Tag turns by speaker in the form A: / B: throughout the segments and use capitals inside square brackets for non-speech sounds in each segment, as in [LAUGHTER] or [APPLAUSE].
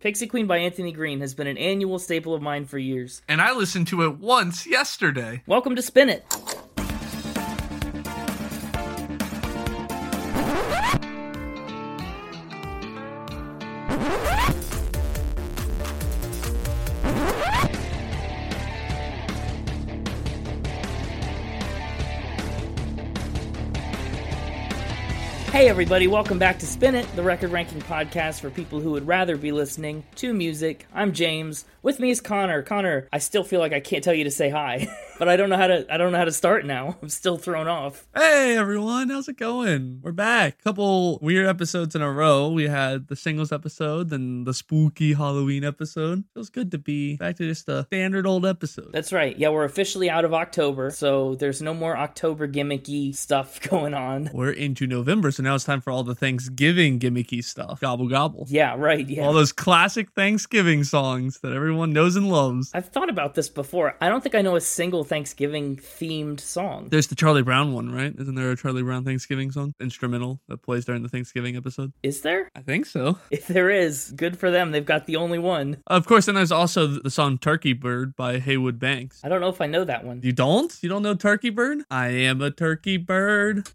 A: Pixie Queen by Anthony Green has been an annual staple of mine for years.
B: And I listened to it once yesterday.
A: Welcome to Spin It. Hey, everybody, welcome back to Spin It, the record ranking podcast for people who would rather be listening to music. I'm James. With me is Connor. Connor, I still feel like I can't tell you to say hi, [LAUGHS] but I don't know how to. I don't know how to start now. [LAUGHS] I'm still thrown off.
C: Hey everyone, how's it going? We're back. Couple weird episodes in a row. We had the singles episode, then the spooky Halloween episode. Feels good to be back to just a standard old episode.
A: That's right. Yeah, we're officially out of October, so there's no more October gimmicky stuff [LAUGHS] going on.
C: We're into November, so now it's time for all the Thanksgiving gimmicky stuff. Gobble gobble.
A: Yeah, right. Yeah.
C: All those classic Thanksgiving songs that everyone knows and loves.
A: I've thought about this before. I don't think I know a single Thanksgiving themed song.
C: There's the Charlie Brown one, right? Isn't there a Charlie Brown Thanksgiving song? Instrumental that plays during the Thanksgiving episode?
A: Is there?
C: I think so.
A: If there is, good for them. They've got the only one.
C: Of course, then there's also the song Turkey Bird by Haywood Banks.
A: I don't know if I know that one.
C: You don't? You don't know Turkey Bird? I am a turkey bird.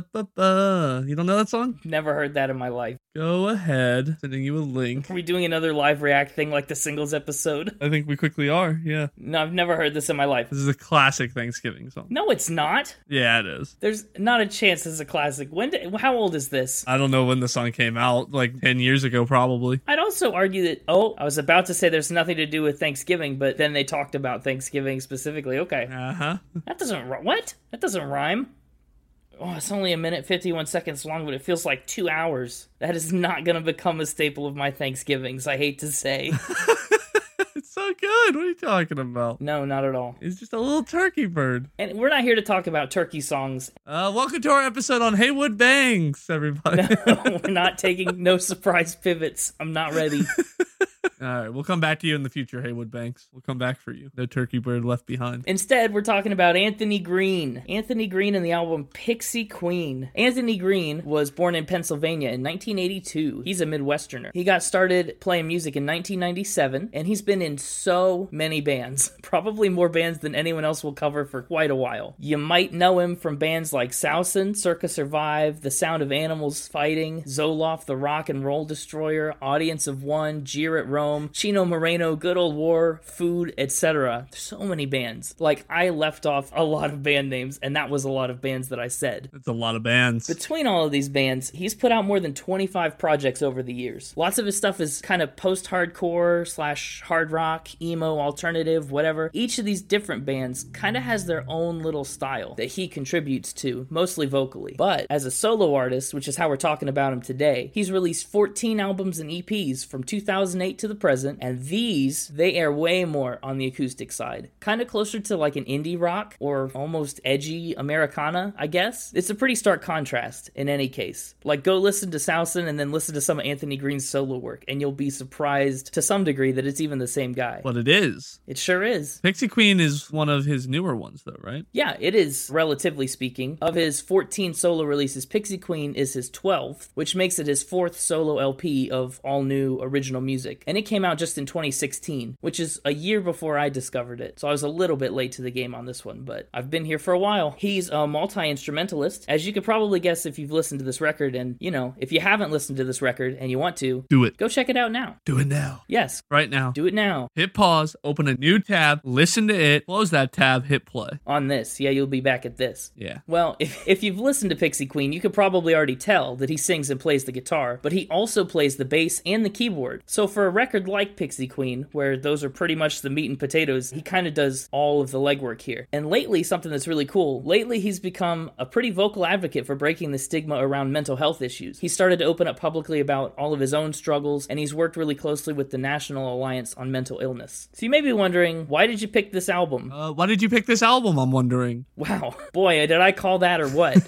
C: Ba-da-ba-da-ba-ba. You don't know that song?
A: Never heard that in my life.
C: Go ahead. Sending you a link.
A: Are we doing another live react thing like the singles episode? [LAUGHS]
C: I think we quickly are. Yeah.
A: No, I've never heard this in my life.
C: This is a classic Thanksgiving song.
A: No, it's not.
C: Yeah, it is.
A: There's not a chance this is a classic. When? Did, how old is this?
C: I don't know when the song came out, like 10 years ago, probably.
A: I'd also argue that. Oh, I was about to say there's nothing to do with Thanksgiving, but then they talked about Thanksgiving specifically. Okay,
C: Uh huh.
A: that doesn't. ri- What? That doesn't rhyme. Oh, it's only a minute fifty-one seconds long, but it feels like two hours. That is not going to become a staple of my Thanksgivings. I hate to say.
C: [LAUGHS] it's so good. What are you talking about?
A: no, not at all.
C: It's just a little turkey bird.
A: And we're not here to talk about turkey songs. [LAUGHS]
C: Uh, welcome to our episode on Haywood Banks, everybody.
A: [LAUGHS]
C: [LAUGHS]
A: we're not taking no surprise pivots. I'm not ready.
C: All right, we'll come back to you in the future, Haywood Banks. We'll come back for you. No turkey bird left behind.
A: Instead, we're talking about Anthony Green. Anthony Green and the album Pixie Queen. Anthony Green was born in Pennsylvania in 1982. He's a Midwesterner. He got started playing music in 1997, and he's been in so many bands, [LAUGHS] probably more bands than anyone else will cover for quite a while. You might know him from bands like Sousin, Circa Survive, The Sound of Animals Fighting, Zoloft, The Rock and Roll Destroyer, Audience of One, Jeer at Rome, Chino Moreno, Good Old War, Food, etc. There's so many bands. Like, I left off a lot of band names, and that was a lot of bands that I said.
C: That's a lot of bands.
A: Between all of these bands, he's put out more than 25 projects over the years. Lots of his stuff is kind of post hardcore slash hard rock, emo, alternative, whatever. Each of these different bands kind of has their own little style that he contributes to, mostly vocally. But as a solo artist, which is how we're talking about him today, he's released 14 albums and EPs from 2008 to the present, and these, they air way more on the acoustic side. Kind of closer to like an indie rock or almost edgy Americana, I guess. It's a pretty stark contrast in any case. Like, go listen to Sousin and then listen to some of Anthony Green's solo work, and you'll be surprised to some degree that it's even the same guy.
C: But it is.
A: It sure is.
C: Pixie Queen is one of his newer ones, though, right?
A: Yeah, it is, relatively speaking. Of his 14 solo releases, Pixie Queen is his 12th, which makes it his fourth solo LP of all new original music. And it came out just in 2016, which is a year before I discovered it. So I was a little bit late to the game on this one, but I've been here for a while. He's a multi instrumentalist, as you could probably guess if you've listened to this record. And, you know, if you haven't listened to this record and you want to,
C: Do it.
A: go check it out now.
C: Do it now.
A: Yes,
C: Right now.
A: do it now.
C: hit pause, open a new tab, listen to it, close that tab, hit play.
A: On this. Yeah, you'll be back at this.
C: Yeah.
A: Well, if, if you've listened to Pixie Queen, you could probably already tell that he sings and plays the guitar, but he also plays the bass and the keyboard. So, for a record like Pixie Queen, where those are pretty much the meat and potatoes, he kind of does all of the legwork here. And lately, something that's really cool lately, he's become a pretty vocal advocate for breaking the stigma around mental health issues. He started to open up publicly about all of his own struggles, and he's worked really closely with the National Alliance on Mental Illness. So, you may be wondering, why did you pick this album?
C: Uh, why did you pick this album? I'm wondering.
A: Wow. Boy, did I call that or what?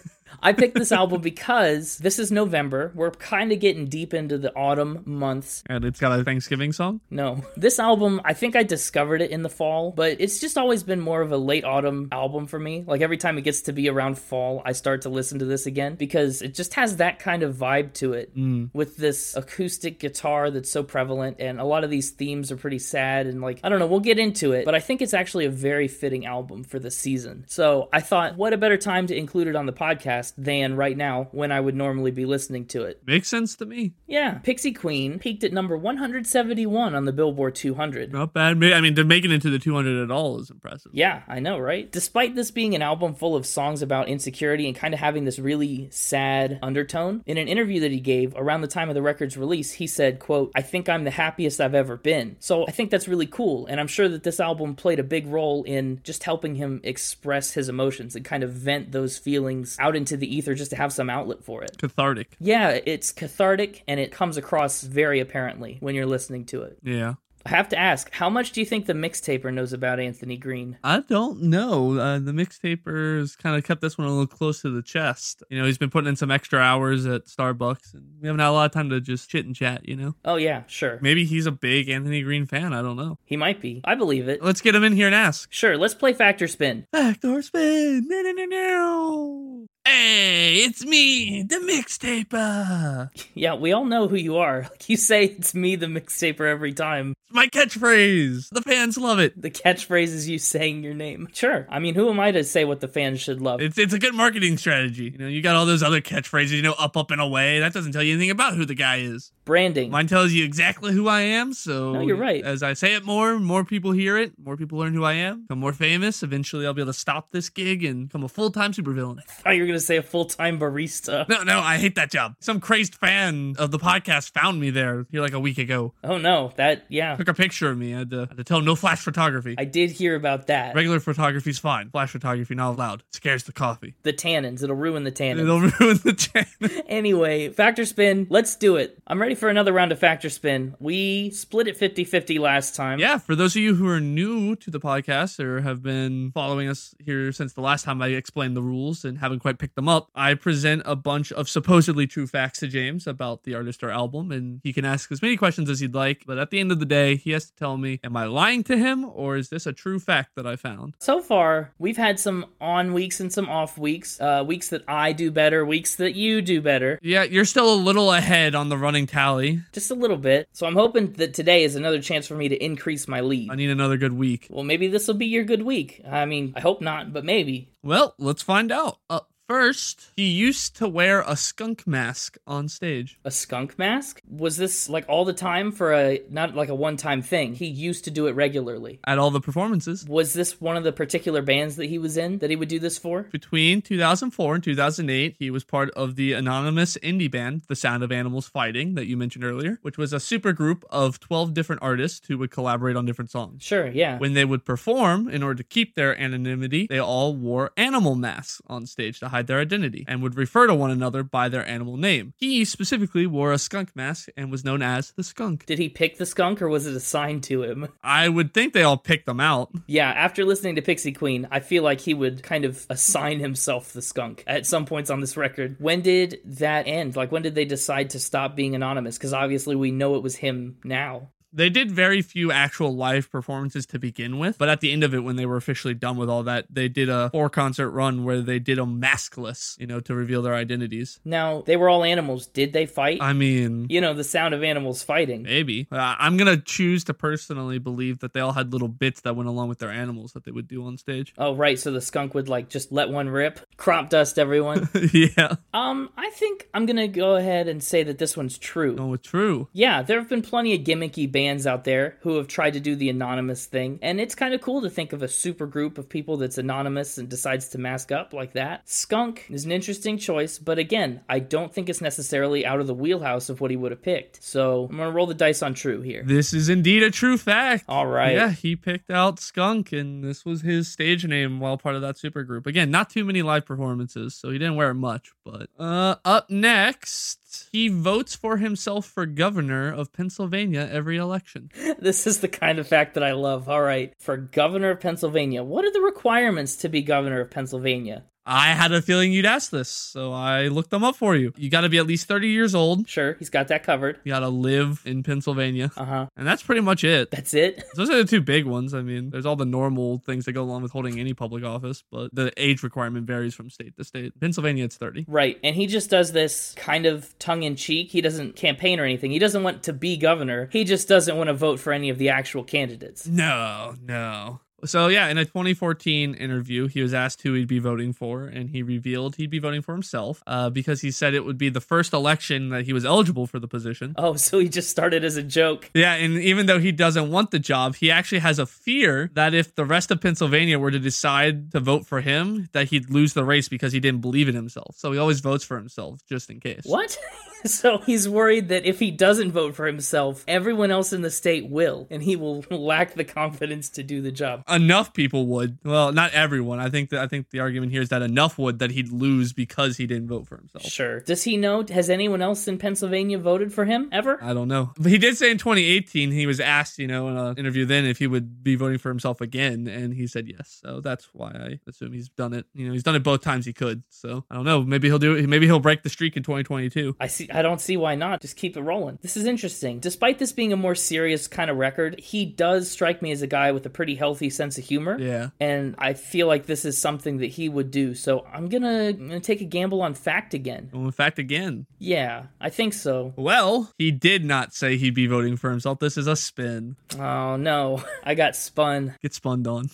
A: I picked this album because this is November. We're kind of getting deep into the autumn months.
C: And it's got a Thanksgiving song.
A: No. This album, I think I discovered it in the fall, but it's just always been more of a late autumn album for me. Like every time it gets to be around fall, I start to listen to this again because it just has that kind of vibe to it with this acoustic guitar that's so prevalent. And a lot of these themes are pretty sad. And like, I don't know, we'll get into it, but I think it's actually a very fitting album for the season. So I thought, what a better time to include it on the podcast than right now when I would normally be listening to it.
C: Makes sense to me.
A: Yeah, Pixie Queen peaked at number 171 on the Billboard 200.
C: Not bad. Ma- I mean, to make it into the 200 at all is impressive.
A: Yeah, I know, right? Despite this being an album full of songs about insecurity and kind of having this really sad undertone, in an interview that he gave around the time of the record's release, he said, quote, I think I'm the happiest I've ever been. So I think that's really cool, and I'm sure that this album played a big role in just helping him express his emotions and kind of vent those feelings out into the ether just to have some outlet for it.
C: Cathartic.
A: Yeah, it's cathartic and it comes across very apparently when you're listening to it.
C: Yeah.
A: I have to ask, how much do you think the mixtaper knows about Anthony Green?
C: I don't know. Uh, the mixtapers kind of kept this one a little close to the chest. You know, he's been putting in some extra hours at Starbucks, and we haven't had a lot of time to just chit and chat, you know?
A: Oh, yeah, sure.
C: Maybe he's a big Anthony Green fan. I don't know.
A: He might be. I believe it.
C: Let's get him in here and ask.
A: Sure, let's play Factor Spin.
C: Backdoor spin. No, no, no, no. Hey, it's me, the mixtaper. It's
A: Yeah, we all know who you are. [LAUGHS] Like you say it's me the mixtaper every time.
C: my catchphrase. The fans love it.
A: The catchphrase is you saying your name. Sure. I mean, who am I to say what the fans should love?
C: It's it's a good marketing strategy. You know, you got all those other catchphrases, you know, up, up, and away. That doesn't tell you anything about who the guy is.
A: Branding.
C: Mine tells you exactly who I am. So
A: No, you're right.
C: As I say it more, more people hear it, more people learn who I am, become more famous. Eventually, I'll be able to stop this gig and become a full time supervillain. [LAUGHS]
A: I thought you were going to say a full-time barista.
C: No, no, I hate that job. Some crazed fan of the podcast found me there here like a week ago.
A: Oh no, that
C: [LAUGHS]
A: yeah.
C: Took a picture of me. I had to, I had to tell him no flash photography.
A: I did hear about that.
C: Regular photography's fine. Flash photography not allowed. Scares the coffee.
A: The tannins, it'll ruin the tannins.
C: It'll [LAUGHS] ruin the channel.
A: Anyway, factor spin, let's do it. I'm ready for another round of factor spin. We split it 50-50 last time.
C: Yeah, for those of you who are new to the podcast or have been following us here since the last time I explained the rules and haven't quite picked them up, I present a bunch of supposedly true facts to James about the artist or album, and he can ask as many questions as he'd like. But at the end of the day, he has to tell me, am I lying to him or is this a true fact that I found?
A: So far, we've had some on weeks and some off weeks. Uh, weeks that I do better, weeks that you do better.
C: Yeah, you're still a little ahead on the running tally.
A: Just a little bit. So I'm hoping that today is another chance for me to increase my lead.
C: I need another good week.
A: Well, maybe this will be your good week. I mean, I hope not, but maybe.
C: Well, let's find out. Up first, he used to wear a skunk mask on stage.
A: A skunk mask? Was this like all the time for a not like a one time thing? He used to do it regularly.
C: At all the performances,
A: Was this one of the particular bands that he was in that he would do this for?
C: Between 2004 and 2008, he was part of the anonymous indie band, The Sound of Animals Fighting, that you mentioned earlier, which was a supergroup of 12 different artists who would collaborate on different songs.
A: Sure, yeah.
C: When they would perform, in order to keep their anonymity, they all wore animal masks on stage to hide their identity and would refer to one another by their animal name. He specifically wore a skunk mask and was known as the skunk.
A: Did he pick the skunk or was it assigned to him? [LAUGHS]
C: I would think they all picked them out.
A: Yeah, after listening to Pixie Queen, I feel like he would kind of assign himself the skunk at some points on this record. When did that end? Like, when did they decide to stop being anonymous? Because obviously we know it was him now.
C: They did very few actual live performances to begin with, but at the end of it, when they were officially done with all that, they did a four concert run where they did them maskless, you know, to reveal their identities.
A: Now, they were all animals. Did they fight?
C: I mean,
A: you know, the sound of animals fighting.
C: maybe. Uh, I'm going to choose to personally believe that they all had little bits that went along with their animals that they would do on stage. [LAUGHS]
A: Oh, right. So the skunk would, like, just let one rip, crop dust
C: [LAUGHS]
A: everyone.
C: yeah.
A: um, I think I'm going to go ahead and say that this one's true.
C: No, it's true.
A: Yeah, there have been plenty of gimmicky bands out there who have tried to do the anonymous thing, and it's kind of cool to think of a super group of people that's anonymous and decides to mask up like that. Skunk is an interesting choice, but again, I don't think it's necessarily out of the wheelhouse of what he would have picked. So I'm gonna roll the dice on true here.
C: This is indeed a true fact.
A: All right.
C: Yeah, he picked out Skunk, and this was his stage name while part of that supergroup. Again, not too many live performances, so he didn't wear it much. But uh, up next, he votes for himself for governor of Pennsylvania every election.
A: [LAUGHS] This is the kind of fact that I love. All right, for governor of Pennsylvania, what are the requirements to be governor of Pennsylvania?
C: I had a feeling you'd ask this, so I looked them up for you. You got to be at least 30 years old.
A: Sure, he's got that covered.
C: You got to live in Pennsylvania.
A: Uh huh.
C: And that's pretty much it.
A: That's it. [LAUGHS]
C: Those are the two big ones. I mean, there's all the normal things that go along with holding any public office, but the age requirement varies from state to state. Pennsylvania, it's 30.
A: Right. And he just does this kind of tongue in cheek. He doesn't campaign or anything. He doesn't want to be governor. He just doesn't want to vote for any of the actual candidates.
C: No, no. So, yeah, in a 2014 interview, he was asked who he'd be voting for, and he revealed he'd be voting for himself uh, because he said it would be the first election that he was eligible for the position.
A: Oh, so he just started as a joke.
C: Yeah, and even though he doesn't want the job, he actually has a fear that if the rest of Pennsylvania were to decide to vote for him, that he'd lose the race because he didn't believe in himself. So he always votes for himself just in case.
A: What? [LAUGHS] so he's worried that if he doesn't vote for himself, everyone else in the state will, and he will [LAUGHS] lack the confidence to do the job.
C: Enough people would. Well, not everyone. I think that I think the argument here is that enough would that he'd lose because he didn't vote for himself.
A: Sure. Does he know? Has anyone else in Pennsylvania voted for him ever?
C: I don't know. But he did say in 2018 he was asked, you know, in an interview then if he would be voting for himself again, and he said yes. So that's why I assume he's done it. You know, he's done it both times he could. So I don't know. Maybe he'll do it. Maybe he'll break the streak in 2022.
A: I see. I don't see why not. Just keep it rolling. This is interesting. Despite this being a more serious kind of record, he does strike me as a guy with a pretty healthy sense of humor.
C: Yeah.
A: And I feel like this is something that he would do. So I'm gonna, I'm gonna take a gamble on fact again.
C: Well, in fact, again.
A: Yeah, I think so.
C: Well, he did not say he'd be voting for himself. This is a spin.
A: Oh no, [LAUGHS] I got spun.
C: Get spun on.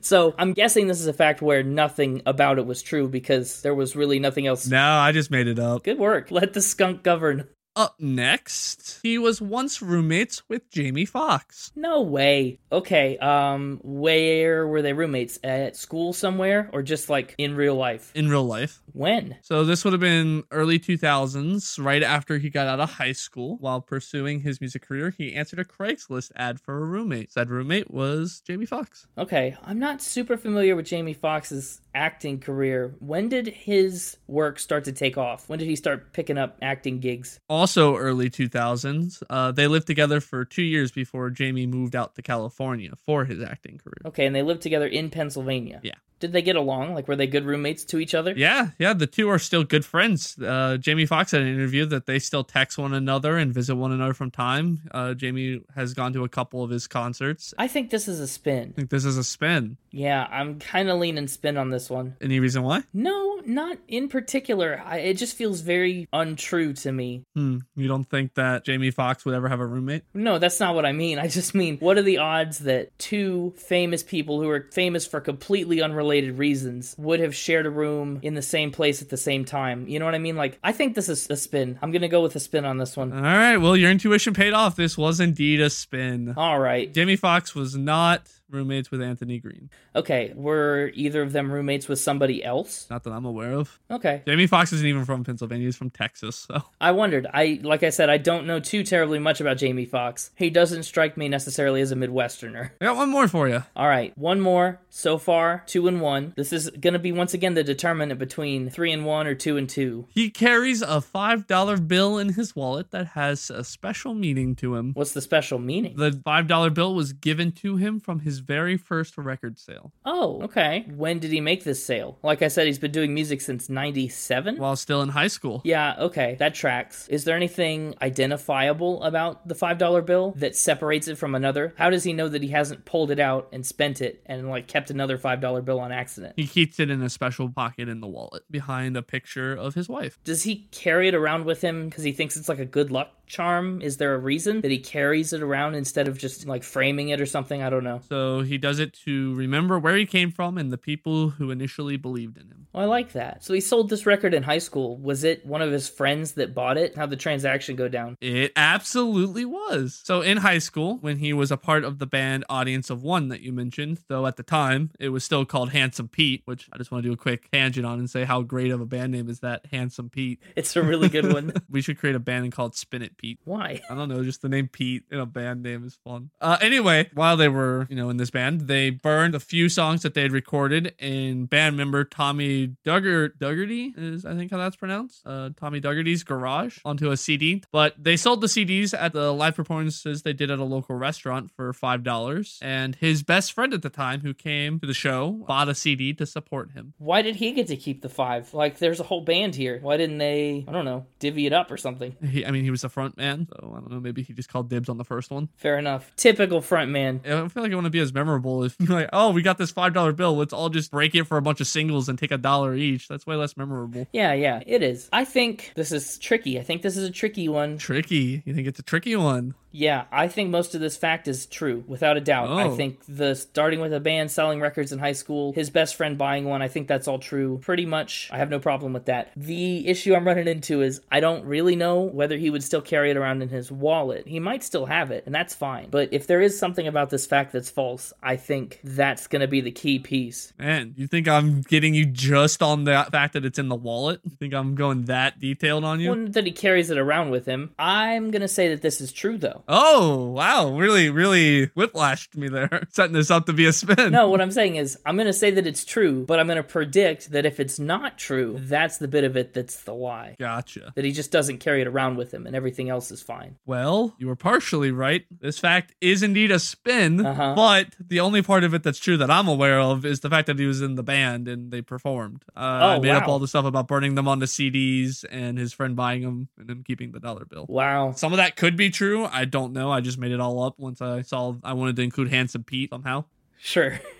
A: So I'm guessing this is a fact where nothing about it was true because there was really nothing else.
C: No, I just made it up.
A: Good work. Let the skunk govern.
C: Up next, he was once roommates with Jamie Foxx.
A: No way. Okay, um, where were they roommates? At school somewhere or just like in real life?
C: In real life.
A: When?
C: So, this would have been early 2000s, right after he got out of high school. While pursuing his music career, he answered a Craigslist ad for a roommate. Said roommate was Jamie Foxx.
A: Okay, I'm not super familiar with Jamie Foxx's acting career. When did his work start to take off? When did he start picking up acting gigs?
C: also early 2000s. Uh, they lived together for two years before Jamie moved out to California for his acting career.
A: Okay, and they lived together in Pennsylvania.
C: Yeah.
A: Did they get along? Like, were they good roommates to each other?
C: Yeah, yeah, the two are still good friends. Uh, Jamie Foxx had an interview that they still text one another and visit one another from time. Uh, Jamie has gone to a couple of his concerts. I
A: I think this is a spin.
C: think this is a spin.
A: Yeah, I'm kind of leaning spin on this one.
C: Any reason why?
A: No, not in particular. I, it just feels very untrue to me.
C: Hmm. You don't think that Jamie Foxx would ever have a roommate?
A: No, that's not what I mean. I just mean, what are the odds that two famous people who are famous for completely unrelated reasons would have shared a room in the same place at the same time? You know what I mean? Like, I think this is a spin. I'm going to go with a spin on this one.
C: All right, well, your intuition paid off. This was indeed a spin.
A: All right.
C: Jamie Foxx was not roommates with Anthony Green.
A: Okay. Were either of them roommates with somebody else?
C: Not that I'm aware of.
A: Okay.
C: Jamie Foxx isn't even from Pennsylvania. He's from Texas. So
A: I wondered. I like I said, I don't know too terribly much about Jamie Foxx. He doesn't strike me necessarily as a Midwesterner.
C: I got one more for you.
A: All right, one more so far, two and one. This is going to be once again the determinant between three and one or two and two.
C: He carries a $5 bill in his wallet that has a special meaning to him.
A: What's the special meaning?
C: The $5 bill was given to him from his very first record sale
A: Oh, okay. When did he make this sale? Like I said, he's been doing music since 97?
C: while still in high school.
A: Yeah, okay, that tracks. Is there anything identifiable about the $5 bill that separates it from another? How does he know that he hasn't pulled it out and spent it and like kept another $5 bill on accident?
C: He keeps it in a special pocket in the wallet behind a picture of his wife.
A: Does he carry it around with him because he thinks it's like a good luck charm? Is there a reason that he carries it around instead of just like framing it or something? I don't know.
C: So he does it to remember where he came from and the people who initially believed in him.
A: Well, I like that. So he sold this record in high school. Was it one of his friends that bought it? How'd the transaction go down?
C: It absolutely was. So in high school, when he was a part of the band Audience of One that you mentioned, though at the time it was still called Handsome Pete, which I just want to do a quick tangent on and say how great of a band name is that Handsome Pete.
A: It's a really good one.
C: We should create a band name called Spin It Pete.
A: Why?
C: I don't know, just the name Pete in a band name is fun. Uh, anyway, while they were, you know, in this band, they burned a few songs that they had recorded, and band member Tommy Tommy Duggar Duggarty is I think how that's pronounced. Uh, Tommy Duggarty's Garage onto a CD, but they sold the CDs at the live performances they did at a local restaurant for five dollars. And his best friend at the time, who came to the show, bought a CD to support him.
A: Why did he get to keep the five? Like, there's a whole band here. Why didn't they, I don't know, divvy it up or something?
C: He, I mean, he was the front man, so I don't know. Maybe he just called dibs on the first one.
A: Fair enough. Typical frontman.
C: I don't feel like I want to be as memorable if like, oh, we got this five dollar bill. Let's all just break it for a bunch of singles and take a dollar each. That's way less memorable.
A: Yeah, yeah, it is. I think this is tricky. I think this is a tricky one.
C: Tricky. You think it's a tricky one?
A: Yeah, I think most of this fact is true, without a doubt. I
C: Oh.
A: think the starting with a band, selling records in high school, his best friend buying one, I think that's all true. Pretty much, I have no problem with that. The issue I'm running into is I don't really know whether he would still carry it around in his wallet. He might still have it, and that's fine. But if there is something about this fact that's false, I think that's going to be the key piece.
C: Man, you think I'm getting you just on the fact that it's in the wallet? You think I'm going that detailed on you?
A: One that he carries it around with him. I'm going to say that this is true, though.
C: Oh, wow. Really, really whiplashed me there. [LAUGHS] Setting this up to be a spin.
A: No, what I'm saying is, I'm going to say that it's true, but I'm going to predict that if it's not true, that's the bit of it that's the lie.
C: Gotcha.
A: That he just doesn't carry it around with him and everything else is fine.
C: Well, you were partially right. This fact is indeed a spin,
A: Uh-huh.
C: but the only part of it that's true that I'm aware of is the fact that he was in the band and they performed. Uh, I
A: Oh,
C: made up
A: wow.
C: all the stuff about burning them on the CDs and his friend buying them and him keeping the dollar bill.
A: Wow.
C: Some of that could be true. I don't know. I just made it all up once I saw I wanted to include Handsome Pete somehow.
A: Sure. [LAUGHS]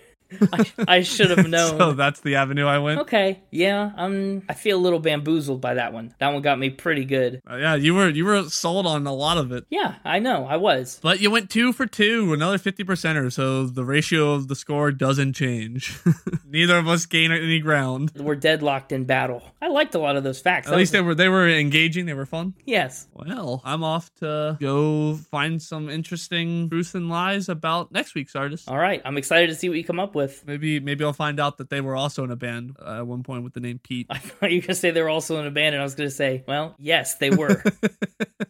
A: I, I should have known.
C: [LAUGHS] So that's the avenue I went.
A: okay. Yeah, I'm I feel a little bamboozled by that one. That one got me pretty good.
C: Uh, yeah, you were you were sold on a lot of it.
A: Yeah, I know. I was.
C: But you went two for two, another 50%er, so the ratio of the score doesn't change. [LAUGHS] Neither of us gain any ground.
A: We're deadlocked in battle. I liked a lot of those facts.
C: At
A: That
C: least
A: was-
C: they were they were engaging, they were fun.
A: yes.
C: Well, I'm off to go find some interesting truths and lies about next week's artist.
A: All right. I'm excited to see what you come up with. [LAUGHS]
C: Maybe maybe I'll find out that they were also in a band uh, at one point with the name
A: [LAUGHS]
C: Pete.
A: I thought you were gonna say they were also in a band, and I was gonna say, well, yes, they
C: [LAUGHS]
A: were.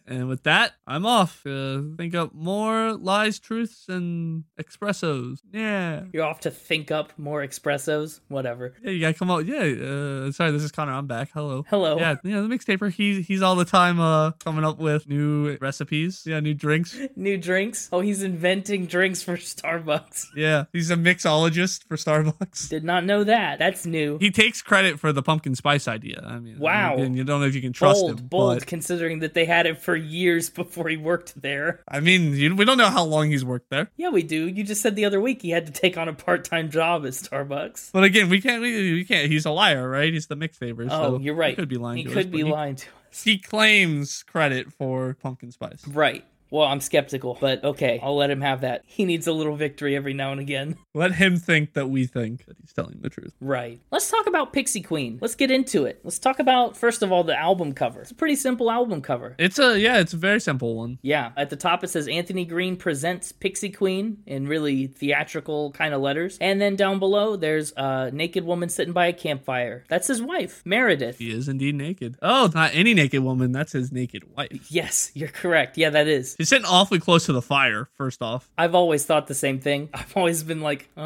C: and with that, I'm off to think up more lies, truths, and expressos. Yeah.
A: You're off to think up more expressos, whatever.
C: Yeah, you gotta come out. Yeah, uh, sorry, this is Connor. I'm back. Hello.
A: Hello.
C: Yeah, yeah, the mixtaper. He's he's all the time uh coming up with new recipes. Yeah,
A: [LAUGHS]
C: new drinks.
A: New drinks. Oh, he's inventing drinks for [LAUGHS] Starbucks.
C: Yeah, he's a mixologist for Starbucks.
A: Did not know that. That's new.
C: He takes credit for the pumpkin spice idea. I mean,
A: Wow.
C: again, you don't know if you can trust
A: bold,
C: him.
A: bold,
C: But,
A: considering that they had it for years before he worked there.
C: I mean, you, we don't know how long he's worked there.
A: Yeah, we do. You just said the other week he had to take on a part-time job at Starbucks.
C: But again, we can't. We, we can't. He's a liar, right? He's the mixtaper.
A: Oh,
C: so
A: you're right.
C: He could be lying.
A: He
C: to us,
A: could
C: but
A: be
C: he-
A: lying to us.
C: He claims credit for pumpkin spice.
A: Right. Well, I'm skeptical, but okay, I'll let him have that. He needs a little victory every now and again. [LAUGHS]
C: Let him think that we think that he's telling the truth.
A: Right. Let's talk about Pixie Queen. Let's get into it. Let's talk about, first of all, the album cover. It's a pretty simple album cover.
C: It's a yeah. It's a very simple one.
A: Yeah, at the top it says Anthony Green presents Pixie Queen in really theatrical kind of letters. And then down below there's a naked woman sitting by a campfire. That's his wife, Meredith.
C: He is indeed naked. Oh, not any naked woman. That's his naked wife.
A: Yes, you're correct. Yeah, that is.
C: She's sitting awfully close to the fire, first off,
A: I've always thought the same thing. [LAUGHS] I've always been like, uh,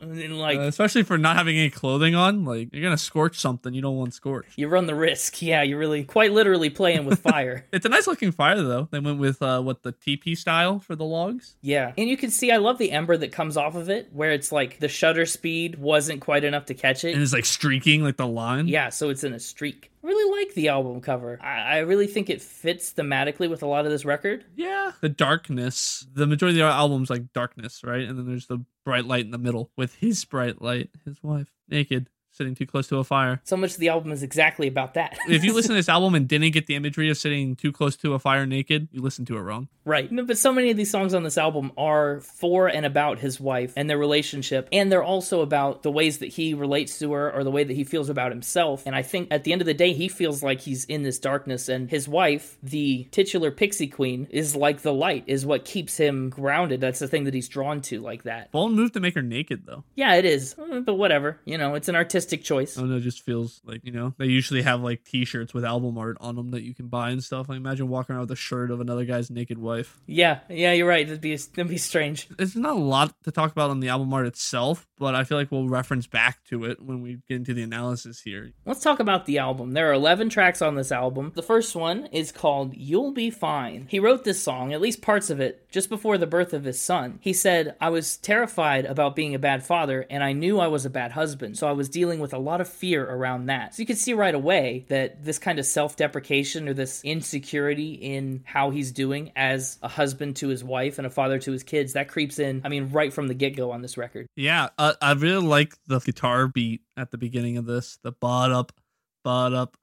A: and then, like
C: Uh, especially for not having any clothing on. Like, you're going to scorch something you don't want scorched.
A: you run the risk. Yeah, you're really quite literally playing with fire.
C: It's a nice looking fire, though. They went with, uh, what, the teepee style for the logs?
A: Yeah. And you can see I love the ember that comes off of it where it's like the shutter speed wasn't quite enough to catch it.
C: And it's like streaking, like the line.
A: Yeah, so it's in a streak. I really like the album cover. I, I really think it fits thematically with a lot of this record.
C: Yeah. The darkness. The majority of the album's like darkness, right? And then there's the bright light in the middle with his bright light, his wife, naked, sitting too close to a fire.
A: So much of the album is exactly about that.
C: If you listen to this album and didn't get the imagery of sitting too close to a fire naked, you listened to it wrong.
A: [LAUGHS] right. No, but so many of these songs on this album are for and about his wife and their relationship. And they're also about the ways that he relates to her or the way that he feels about himself. And I think at the end of the day, he feels like he's in this darkness. And his wife, the titular pixie queen, is like the light, is what keeps him grounded. That's the thing that he's drawn to like that.
C: Bold move to make her naked though.
A: Yeah, it is. Mm, But whatever. You know, it's an artistic choice.
C: I don't know, it just feels like you know they usually have like T-shirts with album art on them that you can buy and stuff. I imagine walking around with a shirt of another guy's naked wife.
A: Yeah, yeah, you're right. That'd be that'd be strange.
C: There's not a lot to talk about on the album art itself, but I feel like we'll reference back to it when we get into the analysis here.
A: Let's talk about the album. There are 11 tracks on this album. The first one is called You'll Be Fine. He wrote this song, at least parts of it, just before the birth of his son. He said, I was terrified about being a bad father, and I knew I was a bad husband, so I was dealing with a lot of fear around that. So you can see right away that this kind of self deprecation or this insecurity in how he's doing as a husband to his wife and a father to his kids, that creeps in, I mean, right from the get go on this record.
C: Yeah, uh, I really like the guitar beat at the beginning of this. The bud up, bud up,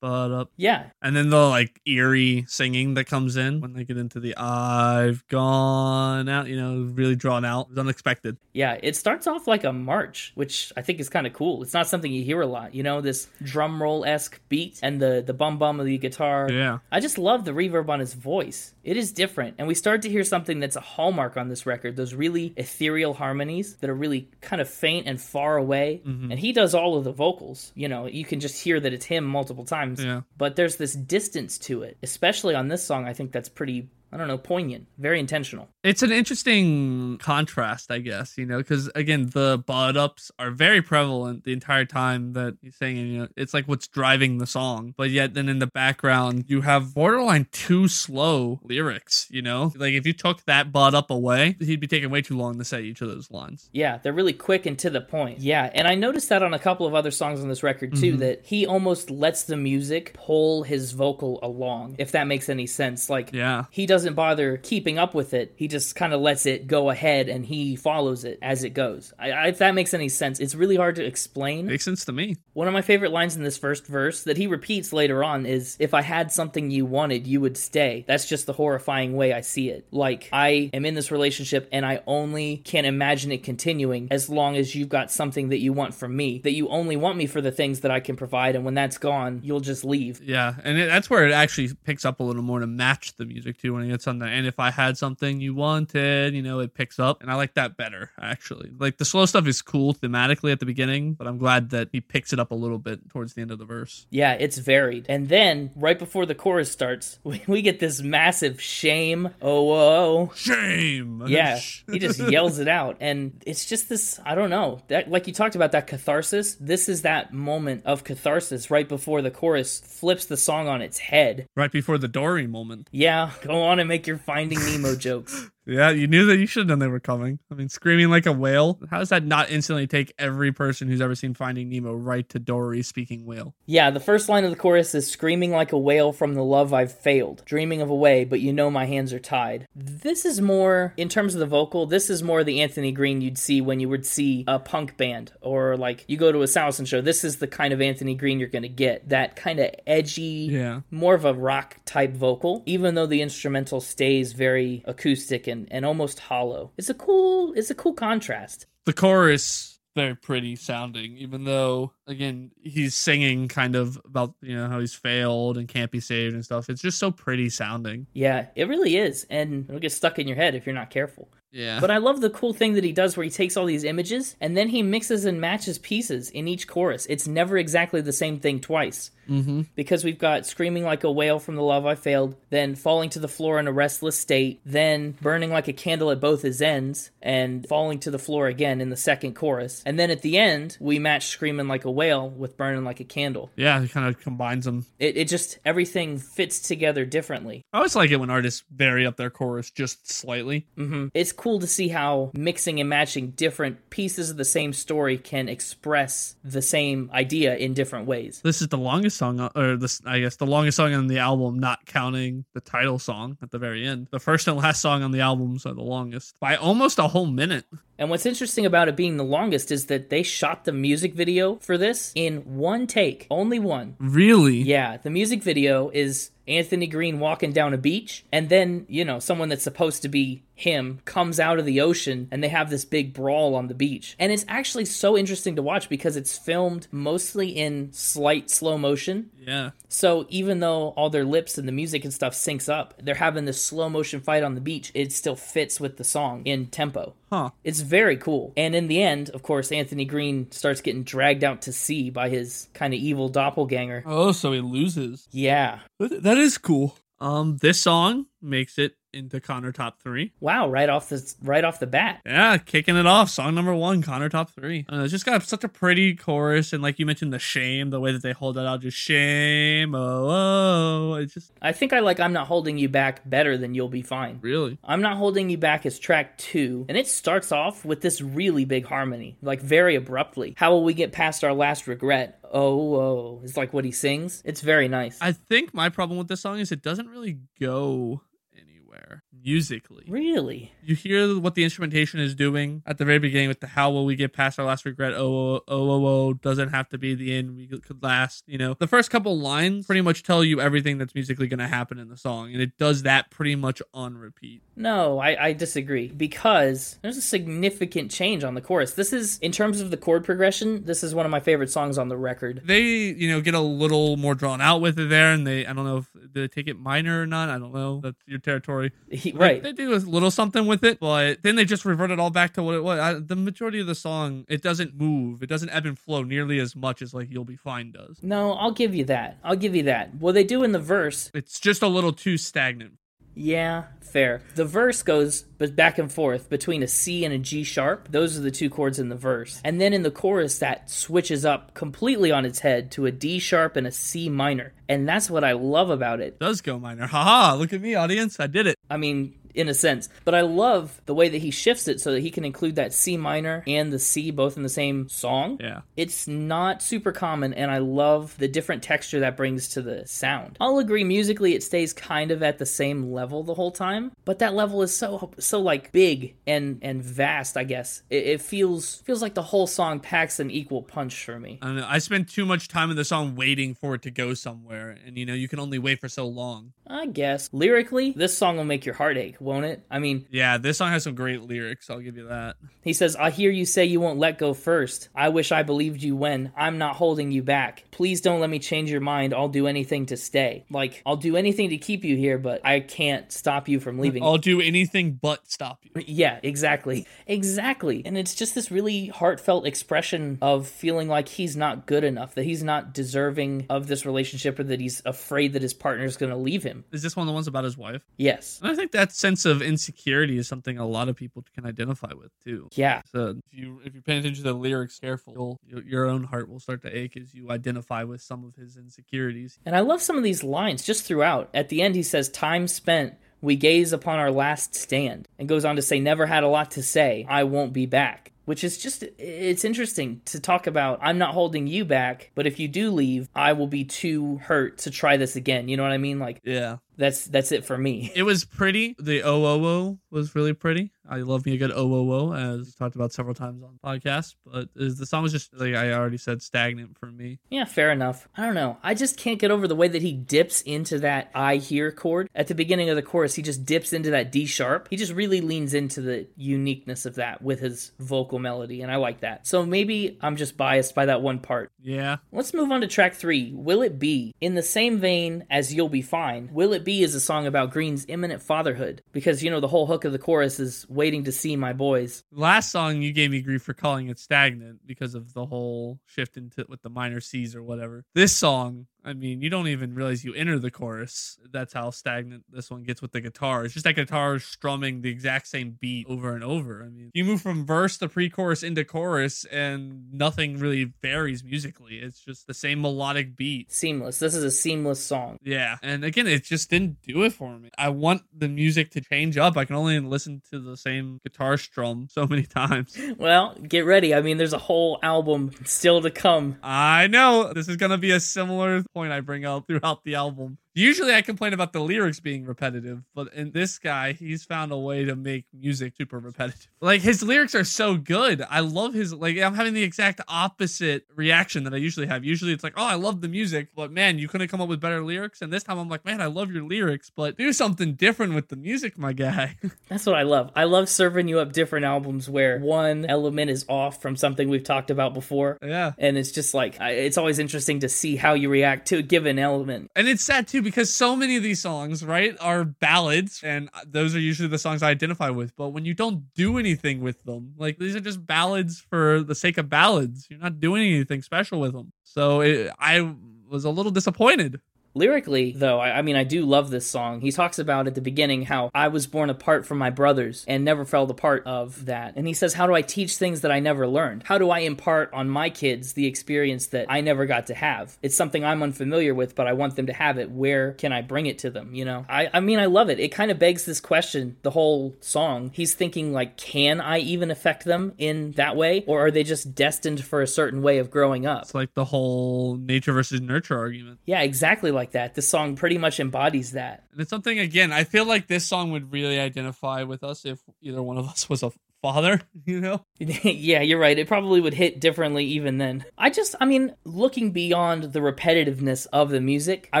C: bud up.
A: Yeah,
C: And then the like eerie singing that comes in when they get into the I've gone out, you know, really drawn out. It was unexpected.
A: Yeah, it starts off like a march, which I think is kind of cool. It's not something you hear a lot, you know, this drum roll esque beat and the the bum bum of the guitar.
C: Yeah.
A: I just love the reverb on his voice. It is different, and we start to hear something that's a hallmark on this record. Those really ethereal harmonies that are really kind of faint and far away.
C: Mm-hmm.
A: And he does all of the vocals. You know, you can just hear that it's him multiple times.
C: Yeah.
A: But there's this distance to it, especially on this song. I think that's pretty. I don't know, poignant, very intentional.
C: It's an interesting contrast, I guess, you know, because again, the bud ups are very prevalent the entire time that he's singing. You know, it's like what's driving the song, but yet then in the background you have borderline too slow lyrics. You know, like if you took that bud up away, he'd be taking way too long to say each of those lines.
A: Yeah, they're really quick and to the point. Yeah, and I noticed that on a couple of other songs on this record too that he almost lets the music pull his vocal along, if that makes any sense. Like
C: Yeah.
A: he doesn't bother keeping up with it. He just kind of lets it go ahead and he follows it as it goes. I, I, if that makes any sense, it's really hard to explain.
C: Makes sense to me.
A: One of my favorite lines in this first verse that he repeats later on is If I had something you wanted, you would stay. That's just the horrifying way I see it. Like, I am in this relationship and I only can imagine it continuing as long as you've got something that you want from me, that you only want me for the things that I can provide. And when that's gone, you'll just leave.
C: Yeah, and it, that's where it actually picks up a little more to match the music too when it gets on there. And if I had something you wanted, you know, it picks up, and I like that better actually. Like the slow stuff is cool thematically at the beginning, but I'm glad that he picks it up a little bit towards the end of the verse.
A: Yeah, it's varied. And then, right before the chorus starts, [LAUGHS] we, we get this massive shame. Oh, whoa.
C: Shame. [LAUGHS]
A: Yeah, he just yells it out, and it's just this—I don't know—that like you talked about that catharsis. This is that moment of catharsis right before the chorus flips the song on its head.
C: right before the Dory moment.
A: Yeah, go on and make your Finding Nemo jokes.
C: Yeah, you knew that you should have known they were coming. I mean, screaming like a whale. How does that not instantly take every person who's ever seen Finding Nemo right to Dory speaking whale?
A: Yeah, the first line of the chorus is "Screaming like a whale from the love I've failed, dreaming of a way, but you know my hands are tied." This is more in terms of the vocal. This is more the Anthony Green you'd see when you would see a punk band or like you go to a Salson show. This is the kind of Anthony Green you're gonna get. That kind of edgy.
C: Yeah.
A: more of a rock type vocal, even though the instrumental stays very acoustic and, and almost hollow. It's a cool it's a cool contrast.
C: the chorus very pretty sounding even though again he's singing kind of about you know how he's failed and can't be saved and stuff it's just so pretty sounding
A: Yeah, it really is, and it'll get stuck in your head if you're not careful.
C: yeah
A: But I love the cool thing that he does where he takes all these images and then he mixes and matches pieces in each chorus. It's never exactly the same thing twice.
C: mm-hmm.
A: because we've got screaming like a whale from the love I failed, then falling to the floor in a restless state, then burning like a candle at both his ends, and falling to the floor again in the second chorus. And then at the end, we match screaming like a whale with burning like a candle.
C: yeah it kind of combines them
A: It, it just, everything fits together differently.
C: i always like it when artists vary up their chorus just slightly
A: hmm It's cool to see how mixing and matching different pieces of the same story can express the same idea in different ways.
C: this is the longest song uh, or this i guess the longest song on the album not counting the title song at the very end the first and last song on the albums are the longest by almost a whole minute
A: And what's interesting about it being the longest is that they shot the music video for this in one take, only
C: Mm-hmm.
A: one.
C: really
A: Yeah, the music video is Anthony Green walking down a beach, and then, you know, someone that's supposed to be him comes out of the ocean and they have this big brawl on the beach. And it's actually so interesting to watch because it's filmed mostly in slight slow motion.
C: yeah
A: So even though all their lips and the music and stuff syncs up, they're having this slow motion fight on the beach, it still fits with the song in tempo.
C: huh
A: It's very cool. And in the end, of course, Anthony Green starts getting dragged out to sea by his kind of evil doppelganger.
C: oh so he loses
A: Yeah.
C: That that is cool. Um, this song makes it into Connor Top 3.
A: Wow, right off the right off the bat.
C: Yeah, kicking it off. Song number one, Connor Top 3. Uh, it's just got such a pretty chorus. And like you mentioned, the shame, the way that they hold that out, just shame. Oh, oh. It's just
A: I think I like I'm not holding you back better than you'll be fine.
C: really.
A: I'm Not Holding You Back is track two, and it starts off with this really big harmony, like very abruptly. How will we get past our last regret? Oh, oh, it's like what he sings. It's very nice.
C: I think my problem with this song is it doesn't really go anywhere musically.
A: really?
C: You hear what the instrumentation is doing at the very beginning with the how will we get past our last regret? Oh, oh, oh, oh, oh, doesn't have to be the end. We could last, you know. The first couple lines pretty much tell you everything that's musically going to happen in the song, and it does that pretty much on repeat.
A: No, I, I disagree because there's a significant change on the chorus. This is, in terms of the chord progression, this is one of my favorite songs on the record.
C: They, you know, get a little more drawn out with it there, and they, I don't know if did they take it minor or not. I don't know. That's your territory.
A: He,
C: Like,
A: right.
C: They do a little something with it, but then they just revert it all back to what it was. I, the majority of the song, it doesn't move. It doesn't ebb and flow nearly as much as like "You'll Be Fine" does.
A: No, I'll give you that. I'll give you that. Well, they do in the verse.
C: It's just a little too stagnant.
A: Yeah, fair. The verse goes b- back and forth between a C and a G sharp. Those are the two chords in the verse. And then in the chorus, that switches up completely on its head to a D sharp and a C minor. And that's what I love about it.
C: It does go minor. [LAUGHS] Haha! Look at me, audience. I did it.
A: I mean, in a sense. But I love the way that he shifts it so that he can include that C minor and the C both in the same song.
C: Yeah.
A: It's not super common, and I love the different texture that brings to the sound. I'll agree, musically, it stays kind of at the same level the whole time, but that level is so so like big and and vast. I guess it, it feels feels like the whole song packs an equal punch for me.
C: I don't know. I spent too much time in the song waiting for it to go somewhere, and you know you can only wait for so long.
A: I guess lyrically, this song will make your heart ache, won't it? I mean,
C: Yeah, this song has some great lyrics. I'll give you that.
A: He says, I hear you say you won't let go first. I wish I believed you when I'm not holding you back. Please don't let me change your mind. I'll do anything to stay. Like, I'll do anything to keep you here, but I can't stop you from leaving.
C: I'll do anything but stop you.
A: Yeah, exactly. Exactly. And it's just this really heartfelt expression of feeling like he's not good enough, that he's not deserving of this relationship, or that he's afraid that his partner's going to leave him.
C: Is this one of the ones about his wife?
A: Yes.
C: And I think that sense of insecurity is something a lot of people can identify with too.
A: Yeah.
C: So if you if you pay attention to the lyrics careful, you'll, your- your own heart will start to ache as you identify with some of his insecurities.
A: And I love some of these lines just throughout. At the end, he says, Time spent, we gaze upon our last stand, and goes on to say, Never had a lot to say, I won't be back. Which is just, it's interesting to talk about. I'm not holding you back, but if you do leave, I will be too hurt to try this again. You know what I mean? Like,
C: Yeah,
A: that's that's it for me.
C: it was pretty. The oh oh oh was really pretty. I love me a good oh oh oh, as we talked about several times on the podcast. But is- the song was just like I already said, stagnant for me.
A: Yeah, fair enough. I don't know. I just can't get over the way that he dips into that I hear chord. At the beginning of the chorus, he just dips into that D sharp. He just really leans into the uniqueness of that with his vocal melody, and I like that. So maybe I'm just biased by that one part.
C: Yeah,
A: Let's move on to track three Will It Be? In the same vein as You'll Be Fine, Will It Be is a song about Green's imminent fatherhood, because, you know, the whole hook of the chorus is waiting to see my boys.
C: last song you gave me grief for calling it stagnant because of the whole shift into with the minor C's or whatever. This song, I mean, you don't even realize you enter the chorus. That's how stagnant this one gets with the guitar. It's just that guitar strumming the exact same beat over and over. I mean, you move from verse to pre-chorus into chorus, and nothing really varies musically. It's just the same melodic beat.
A: Seamless. This is a seamless song.
C: Yeah. And again, it just didn't do it for me. I want the music to change up. I can only listen to the same guitar strum so many [LAUGHS] times.
A: Well, get ready. I mean, there's a whole album still to come.
C: I know this is going to be a similar point I bring up throughout the album. Usually I complain about the lyrics being repetitive, but in this guy, he's found a way to make music super repetitive. [LAUGHS] Like his lyrics are so good. I love his like I'm having the exact opposite reaction that I usually have. Usually it's like, "Oh, I love the music, but man, you couldn't come up with better lyrics." And this time I'm like, "Man, I love your lyrics, but do something different with the music, my guy." [LAUGHS]
A: That's what I love. I love serving you up different albums where one element is off from something we've talked about before.
C: yeah.
A: And it's just like, I, it's always interesting to see how you react to a given element.
C: And it's sad too because so many of these songs, right, are ballads, and uh, those are usually the songs I identify with. But when you don't do anything with them, like these are just ballads for the sake of ballads, you're not doing anything special with them. So it, I was a little disappointed.
A: Lyrically, though, I, I mean, I do love this song. He talks about at the beginning how I was born apart from my brothers and never felt a part of that. And he says, How do I teach things that I never learned? How do I impart on my kids the experience that I never got to have? It's something I'm unfamiliar with, but I want them to have it. Where can I bring it to them? You know, I, I mean, I love it. It kind of begs this question the whole song. He's thinking, like, can I even affect them in that way? Or are they just destined for a certain way of growing up?
C: It's like the whole nature versus nurture argument.
A: Yeah, exactly like that. This song pretty much embodies that.
C: And it's something again, I feel like this song would really identify with us if either one of us was a father, [LAUGHS] you know?
A: [LAUGHS] yeah, you're right. It probably would hit differently even then. I just, I mean, looking beyond the repetitiveness of the music, I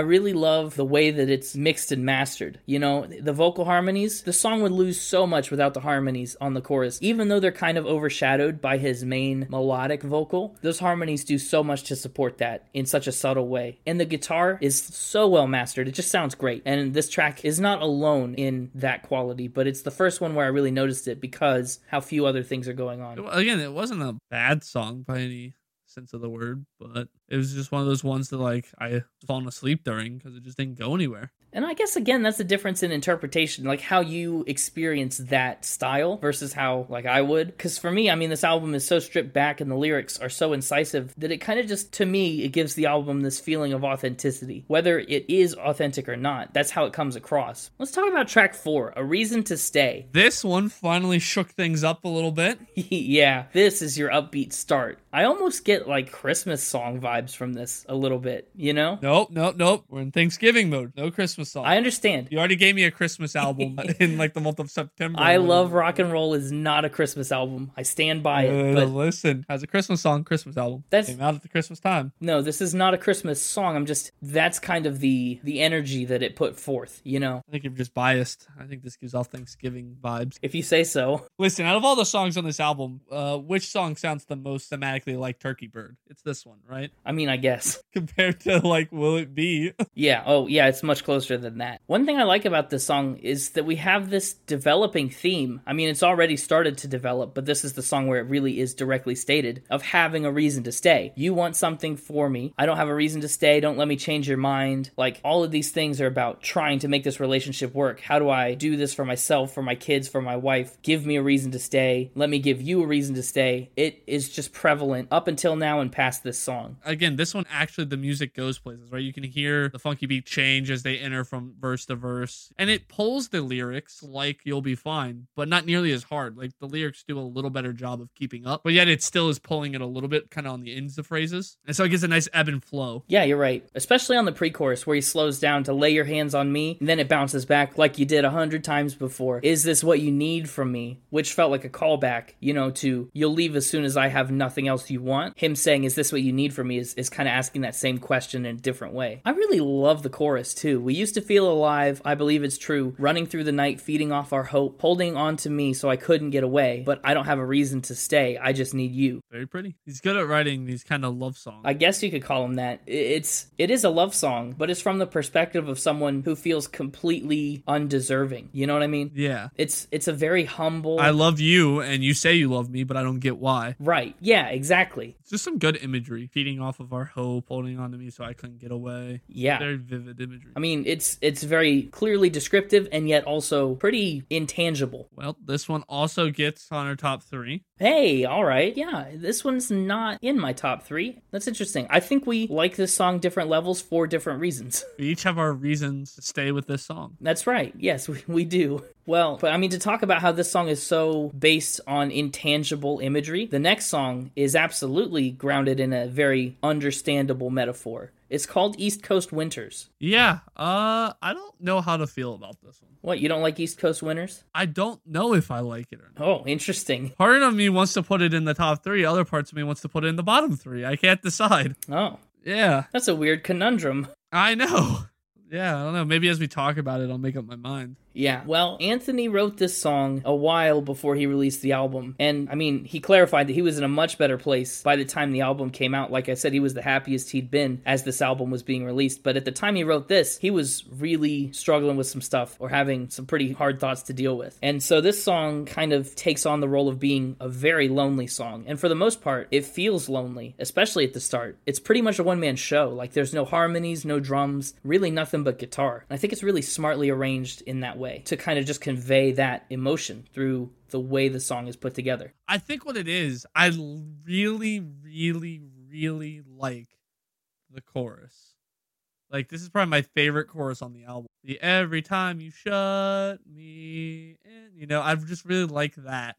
A: really love the way that it's mixed and mastered. You know, the vocal harmonies, the song would lose so much without the harmonies on the chorus, even though they're kind of overshadowed by his main melodic vocal. Those harmonies do so much to support that in such a subtle way. And the guitar is so well mastered. It just sounds great. And this track is not alone in that quality, but it's the first one where I really noticed it because how few other things are going on.
C: It wa- Again, it wasn't a bad song by any sense of the word, but it was just one of those ones that like I fallen asleep during because it just didn't go anywhere.
A: And I guess again, that's the difference in interpretation, like how you experience that style versus how like I would. Because for me, I mean, this album is so stripped back and the lyrics are so incisive that it kind of just, to me, it gives the album this feeling of authenticity, whether it is authentic or not. That's how it comes across. Let's talk about track four, "A Reason to Stay." [LAUGHS]
C: This one finally shook things up a little bit.
A: yeah, this is your upbeat start. I almost get like Christmas song vibes from this a little bit, you know?
C: Nope, nope, nope. We're in Thanksgiving mode. No Christmas song.
A: I understand.
C: you already gave me
A: [LAUGHS]
C: a Christmas album in like the month of September.
A: I love rock and roll is not a Christmas album. I stand by it.
C: Uh,
A: But
C: listen, as a Christmas song, Christmas album.
A: That's-
C: came out at the Christmas time.
A: no, this is not a Christmas song. I'm just that's kind of the the energy that it put forth, you know.
C: I think you're just biased. I think this gives off Thanksgiving vibes.
A: If you say so.
C: Listen, out of all the songs on this album, uh, which song sounds the most thematically like Turkey Bird? It's this one, right? [LAUGHS]
A: I mean, I guess.
C: Compared to like Will It Be? [LAUGHS]
A: Yeah, oh yeah, it's much closer than that. One thing I like about this song is that we have this developing theme. I mean, it's already started to develop, but this is the song where it really is directly stated of having a reason to stay. You want something for me. I don't have a reason to stay. Don't let me change your mind. Like all of these things are about trying to make this relationship work. How do I do this for myself, for my kids, for my wife? Give me a reason to stay. Let me give you a reason to stay. It is just prevalent up until now and past this song.
C: Again, this one actually the music goes places, right? You can hear the funky beat change as they enter from verse to verse, and it pulls the lyrics like "You'll Be Fine," but not nearly as hard. Like the lyrics do a little better job of keeping up, but yet it still is pulling it a little bit, kind of on the ends of phrases, and so it gets a nice ebb and flow.
A: Yeah, you're right. Especially on the pre chorus where he slows down to lay your hands on me, and then it bounces back like you did a hundred times before. Is this what you need from me? Which felt like a callback, you know, to you'll leave as soon as I have nothing else you want. Him saying, Is this what you need from me? is, is kind of asking that same question in a different way. I really love the chorus too. We used to feel alive, I believe it's true, running through the night, feeding off our hope, holding on to me so I couldn't get away, but I don't have a reason to stay. I just need you.
C: Very pretty. He's good at writing these kind of love songs.
A: I guess you could call him that. I- It's it is a love song, but it's from the perspective of someone who feels completely undeserving. You know what I mean?
C: yeah.
A: It's it's a very humble
C: I love you and you say you love me, but I don't get why.
A: Right. Yeah, exactly.
C: It's just some good imagery, feeding off of our hope, holding on to me so I couldn't get away.
A: Yeah.
C: Very vivid imagery.
A: I mean, it's it's very clearly descriptive and yet also pretty intangible.
C: Well, this one also gets on our top three.
A: Hey, all right. Yeah, this one's not in my top 3. That's interesting. I think we like this song different levels for different reasons. [LAUGHS]
C: We each have our reasons to stay with this song.
A: That's right. Yes, [LAUGHS] we, we do. Well, but I mean, to talk about how this song is so based on intangible imagery, the next song is absolutely grounded in a very understandable metaphor. It's called East Coast Winters.
C: Yeah, uh, I don't know how to feel about this one.
A: What, you don't like East Coast Winters?
C: I don't know if I like it or not.
A: Oh, interesting.
C: Part of me wants to put it in the top three, other parts of me wants to put it in the bottom three. I can't decide.
A: Oh,
C: Yeah,
A: that's a weird conundrum. [LAUGHS]
C: [LAUGHS] I know. Yeah, I don't know. Maybe as we talk about it, I'll make up my mind.
A: Yeah. Well, Anthony wrote this song a while before he released the album. And I mean, he clarified that he was in a much better place by the time the album came out. Like I said, he was the happiest he'd been as this album was being released. But at the time he wrote this, he was really struggling with some stuff or having some pretty hard thoughts to deal with. And so this song kind of takes on the role of being a very lonely song. And for the most part, it feels lonely, especially at the start. It's pretty much a one man show. Like there's no harmonies, no drums, really nothing but guitar. And I think it's really smartly arranged in that way to kind of just convey that emotion through the way the song is put together.
C: I think what it is, I l- really, really, really like the chorus. Like this is probably my favorite chorus on the album. The every time you shut me in, you know, I just really like that.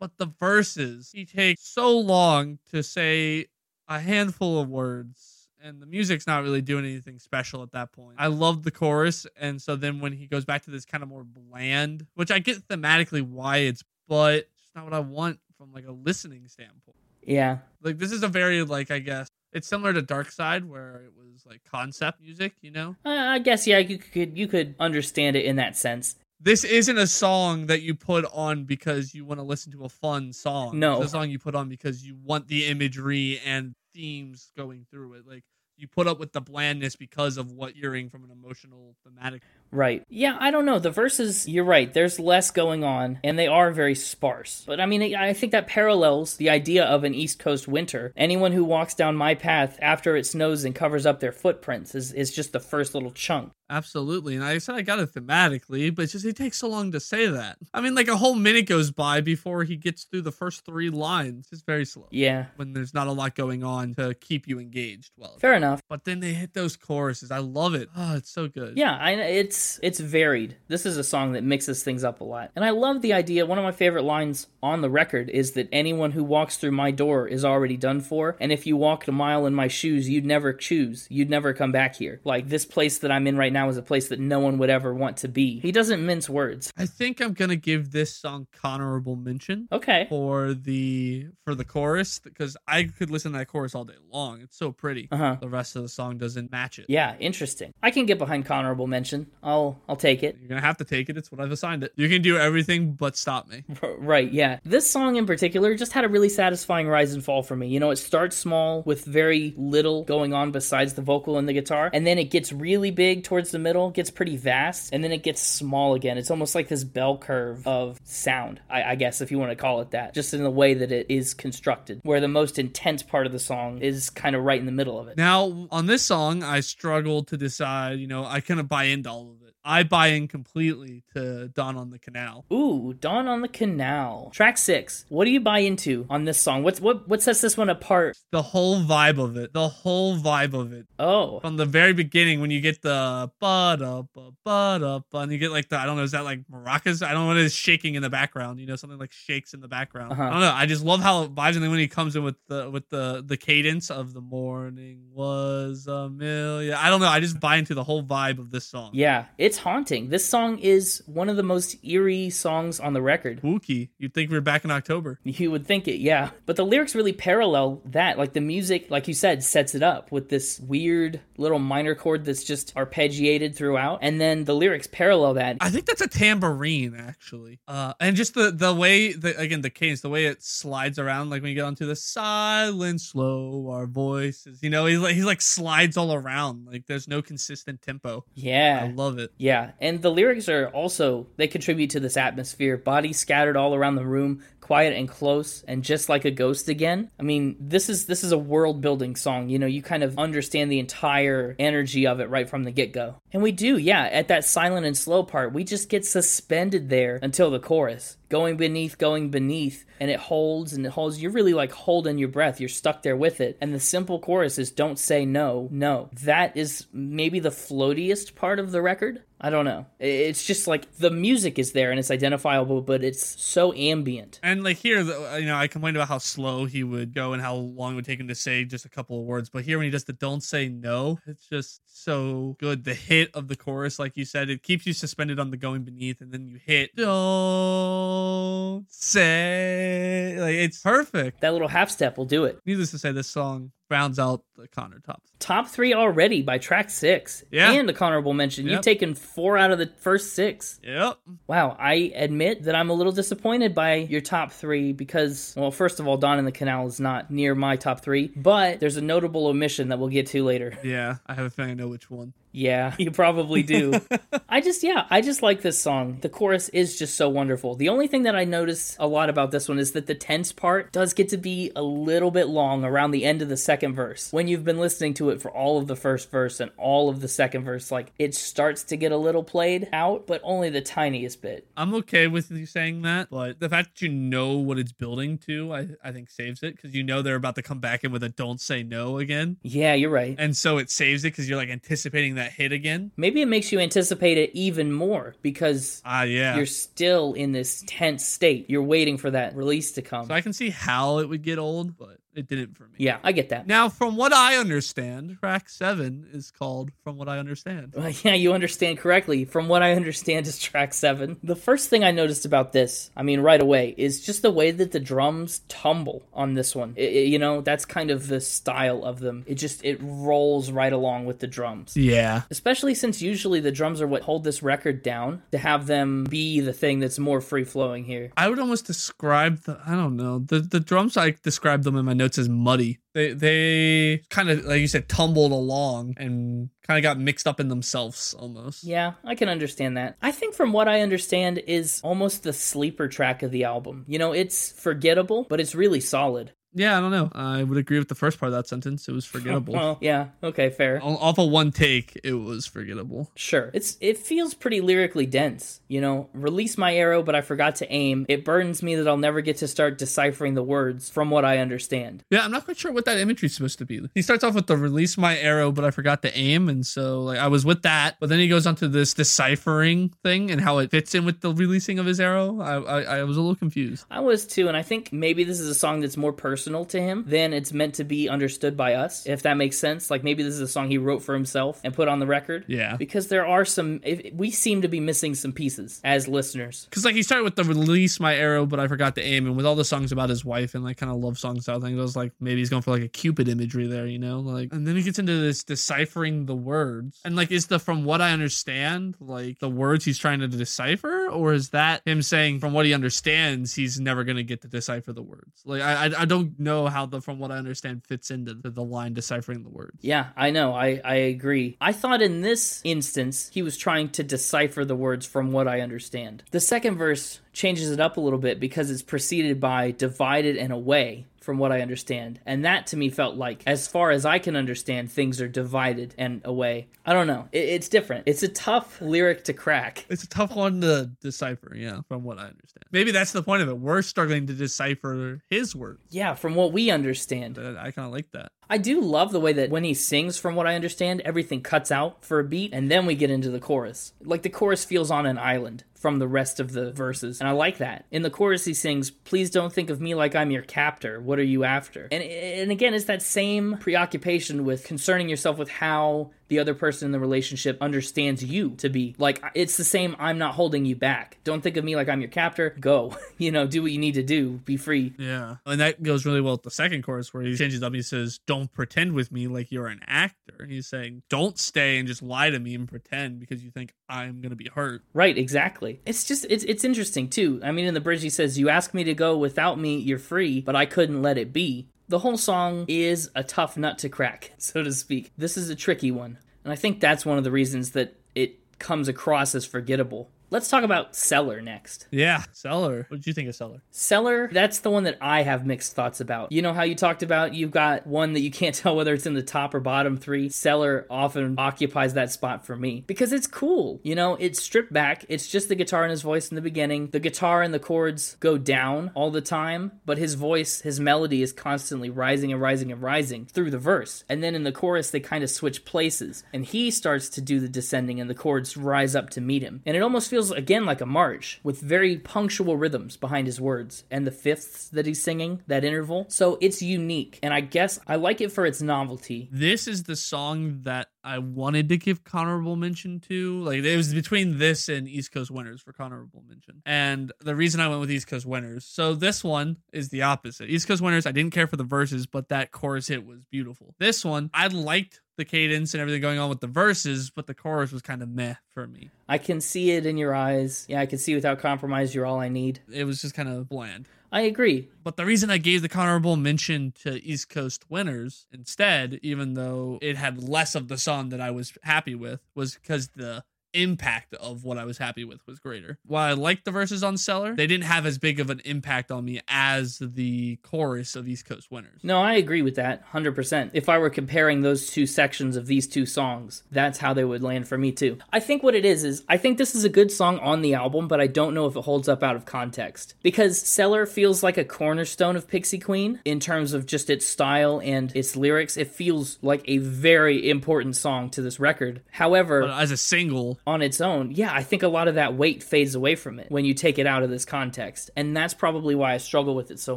C: But the verses, he takes so long to say a handful of words, and the music's not really doing anything special at that point. I love the chorus, and so then when he goes back to this kind of more bland, which I get thematically why it's, but it's not what I want from like a listening standpoint.
A: Yeah.
C: Like this is a very like I guess it's similar to Dark Side where it was like concept music, you know.
A: Uh, I guess yeah, you could you could understand it in that sense.
C: This isn't a song that you put on because you want to listen to a fun song.
A: No.
C: it's a song you put on because you want the imagery and themes going through it. Like you put up with the blandness because of what you're hearing from an emotional thematic.
A: Right. Yeah, I don't know. The verses, you're right. There's less going on, and they are very sparse. But I mean, I think that parallels the idea of an East Coast winter. Anyone who walks down my path after it snows and covers up their footprints is, is just the first little chunk.
C: Absolutely, and I said I got it thematically, but it's just it takes so long to say that. I mean, like a whole minute goes by before he gets through the first three lines. It's very slow.
A: Yeah.
C: when there's not a lot going on to keep you engaged well.
A: Fair enough.
C: But then they hit those choruses. I love it. Oh, it's so good.
A: Yeah, I, it's it's varied. This is a song that mixes things up a lot, and I love the idea. One of my favorite lines on the record is that anyone who walks through my door is already done for, and if you walked a mile in my shoes, you'd never choose, you'd never come back here. Like this place that I'm in right now is a place that no one would ever want to be. He doesn't mince words.
C: I think I'm gonna give this song honorable mention
A: Okay.
C: for the for the chorus because I could listen to that chorus all day long. It's so pretty.
A: Uh huh.
C: The rest of the song doesn't match it.
A: Yeah, interesting. I can get behind honorable mention. I'll I'll take it.
C: You're gonna have to take it. It's what I've assigned it. You can do everything but stop me.
A: R- [LAUGHS] Right, yeah. This song in particular just had a really satisfying rise and fall for me. You know, it starts small with very little going on besides the vocal and the guitar, and then it gets really big towards the middle, gets pretty vast, and then it gets small again. It's almost like this bell curve of sound, I, I guess, if you want to call it that, just in the way that it is constructed, where the most intense part of the song is kind of right in the middle of it.
C: Now, on this song, I struggled to decide, you know, I kind of buy into all of it. I buy in completely to Dawn on the Canal.
A: Ooh, Dawn on the Canal. Track six. What do you buy into on this song? What's what what sets this one apart?
C: The whole vibe of it. The whole vibe of it.
A: Oh.
C: From the very beginning when you get the but up but up and you get like the I don't know, is that like maracas? I don't know what it is shaking in the background, you know, something like shakes in the background.
A: Uh-huh.
C: I don't know. I just love how it vibes and then when he comes in with the with the the cadence of the morning was a million. I don't know. I just buy into the whole vibe of this song.
A: Yeah, it's haunting. This song is one of the most eerie songs on the record.
C: Spooky. You'd think we were back in October.
A: You would think it, yeah. But the lyrics really parallel that. Like the music, like you said, sets it up with this weird little minor chord that's just arpeggiated throughout. And then the lyrics parallel that.
C: I think that's a tambourine, actually. Uh, and just the the way the again the cadence, the way it slides around, like when you get onto the silent, slow, our voices. You know, he's like he's like slides all around. Like there's no consistent tempo. I
A: Yeah.
C: love it.
A: Yeah, and the lyrics are also, they contribute to this atmosphere. Bodies scattered all around the room, quiet and close, and just like a ghost again. I mean, this is this is a world building song. You know, you kind of understand the entire energy of it right from the get go. And we do, yeah, at that silent and slow part, we just get suspended there until the chorus. Going beneath, going beneath, and it holds and it holds. You're really like holding your breath. You're stuck there with it. And the simple chorus is don't say no, no. That is maybe the floatiest part of the record. I don't know. I- It's just like the music is there and it's identifiable, but it's so ambient.
C: And like here, the- uh, you know, I complained about how slow he would go and how long it would take him to say just a couple of words. But here, when he does the "Don't say no," it's just so good. The hit of the chorus, like you said, it keeps you suspended on the going beneath, and then you hit "Don't say." Like it's perfect.
A: That little half step will do it.
C: Needless to say, this song rounds out the Connor top.
A: Top three already by track six.
C: Yeah.
A: And a honorable mention. You've
C: Yep.
A: taken four out of the first six.
C: Yep.
A: Wow, I admit that I'm a little disappointed by your top three because, well, first of all, Dawn in the Canal is not near my top three, but there's a notable omission that we'll get to later.
C: Yeah, I have a feeling I know which one.
A: Yeah, you probably
C: [LAUGHS]
A: do. I just, yeah, I just like this song. The chorus is just so wonderful. The only thing that I notice a lot about this one is that the tense part does get to be a little bit long around the end of the second verse. When you've been listening to it for all of the first verse and all of the second verse, like it starts to get a little played out, but only the tiniest bit.
C: I'm okay with you saying that, but the fact that you know what it's building to, I, I think saves it because you know they're about to come back in with a don't say no again.
A: Yeah, you're right.
C: And so it saves it because you're like anticipating that hit again.
A: Maybe it makes you anticipate it even more because
C: Ah, yeah.
A: you're still in this tense state. You're waiting for that release to come.
C: so I can see how it would get old, but it didn't for me.
A: yeah, I get that.
C: Now, from what I understand, track seven is called From What I Understand.
A: Well, [LAUGHS] yeah, you understand correctly. From what I understand, is track seven. The first thing I noticed about this, I mean, right away, is just the way that the drums tumble on this one. I- I- you know, that's kind of the style of them. It just it rolls right along with the drums.
C: Yeah.
A: Especially since usually the drums are what hold this record down. To have them be the thing that's more free flowing here.
C: I would almost describe the I don't know the the drums. I described them in my notes as muddy. They they kind of like you said tumbled along and kind of got mixed up in themselves almost.
A: Yeah, I can understand that. I think from what I understand is almost the sleeper track of the album. You know, it's forgettable, but it's really solid.
C: Yeah, I don't know. I would agree with the first part of that sentence. It
A: [LAUGHS]
C: was forgettable.
A: Well, yeah, okay, fair.
C: O- Off of one take, it was forgettable.
A: Sure. It's it feels pretty lyrically dense, you know. Release my arrow, but I forgot to aim. It burdens me that I'll never get to start deciphering the words from what I understand.
C: Yeah, I'm not quite sure what that imagery's supposed to be. He starts off with the release my arrow, but I forgot to aim, and so like I was with that. But then he goes on to this deciphering thing and how it fits in with the releasing of his arrow. I I, I was a little confused.
A: I was too, and I think maybe this is a song that's more personal to him than it's meant to be understood by us, if that makes sense. Like maybe this is a song he wrote for himself and put on the record.
C: Yeah.
A: Because there are some, if, we seem to be missing some pieces as listeners.
C: Because like he started with the release my arrow, but I forgot to aim, and with all the songs about his wife and like kind of love song style things, I was like maybe he's going for like a cupid imagery there, you know? Like, and then he gets into this deciphering the words, and like is the from what I understand, like the words he's trying to decipher, or is that him saying from what he understands he's never gonna get to decipher the words? Like I I, I don't know how the from what I understand fits into the, the line deciphering the words.
A: Yeah, I know. I, I agree. I thought in this instance, he was trying to decipher the words from what I understand. The second verse changes it up a little bit because it's preceded by divided and away, from what I understand. And that to me felt like, as far as I can understand, things are divided and away. I don't know. It, it's different. It's a tough lyric to crack.
C: It's a tough one to decipher, yeah, from what I understand. Maybe that's the point of it. We're struggling to decipher his words.
A: Yeah, from what we understand.
C: That- I kind of like that.
A: I do love the way that when he sings, from what I understand, everything cuts out for a beat, and then we get into the chorus. Like the chorus feels on an island from the rest of the verses, and I like that. In the chorus, he sings, Please don't think of me like I'm your captor. What are you after? And, and again, it's that same preoccupation with concerning yourself with how the other person in the relationship understands you to be. Like, it's the same, I'm not holding you back. Don't think of me like I'm your captor. Go. [LAUGHS] you know, do what you need to do. Be free.
C: Yeah. And that goes really well with the second chorus where he changes up. He says, Don't pretend with me like you're an actor. He's saying, Don't stay and just lie to me and pretend because you think I'm going to be hurt.
A: Right, exactly. It's just it's it's interesting too. I mean, in the bridge he says, "You asked me to go without me, you're free, but I couldn't let it be." The whole song is a tough nut to crack, [LAUGHS] so to speak. This is a tricky one, and I think that's one of the reasons that it comes across as forgettable. Let's talk about Cellar next.
C: Yeah. Seller. What did you think of Seller?
A: Cellar, that's the one that I have mixed thoughts about. You know how you talked about you've got one that you can't [LAUGHS] tell whether it's in the top or bottom three? Cellar often occupies that spot for me because it's cool. You know, it's stripped back. It's just the guitar and his voice in the beginning. The guitar and the chords go down all the time, but his voice, his melody is constantly rising and rising and rising through the verse. And then in the chorus, they kind of switch places and he starts to do the descending and the chords rise up to meet him. And it almost feels again like a march with very punctual rhythms behind his words and the fifths that he's singing, that interval. So it's unique. And I guess I like it for its novelty.
C: This is the song that I wanted to give honorable mention to. Like it was between this and East Coast Winners for honorable mention. And the reason I went with East Coast Winners. So this one is the opposite. East Coast Winners, I didn't care for the verses, but that chorus hit was beautiful. This one, I liked the cadence and everything going on with the verses, but the chorus was kind of meh for me.
A: I can see it in your eyes. Yeah, I can see without compromise, you're all I need.
C: It was just kind of bland.
A: I agree.
C: But the reason I gave the honorable mention to East Coast winners instead, even though it had less of the song that I was happy with, was because the impact of what I was happy with was greater. While I liked the verses on Cellar, they didn't have as big of an impact on me as the chorus of East Coast winners.
A: No, I agree with that 100%. If I were comparing those two sections of these two songs, that's how they would land for me too. I think what it is is I think this is a good song on the album, but I don't know if it holds up out of context because Cellar feels like a cornerstone of Pixie Queen in terms of just its style and its lyrics. It feels like a very important song to this record. However,
C: But uh, as a single,
A: on its own, yeah, I think a lot of that weight fades away from it when you take it out of this context. And that's probably why I struggle with it so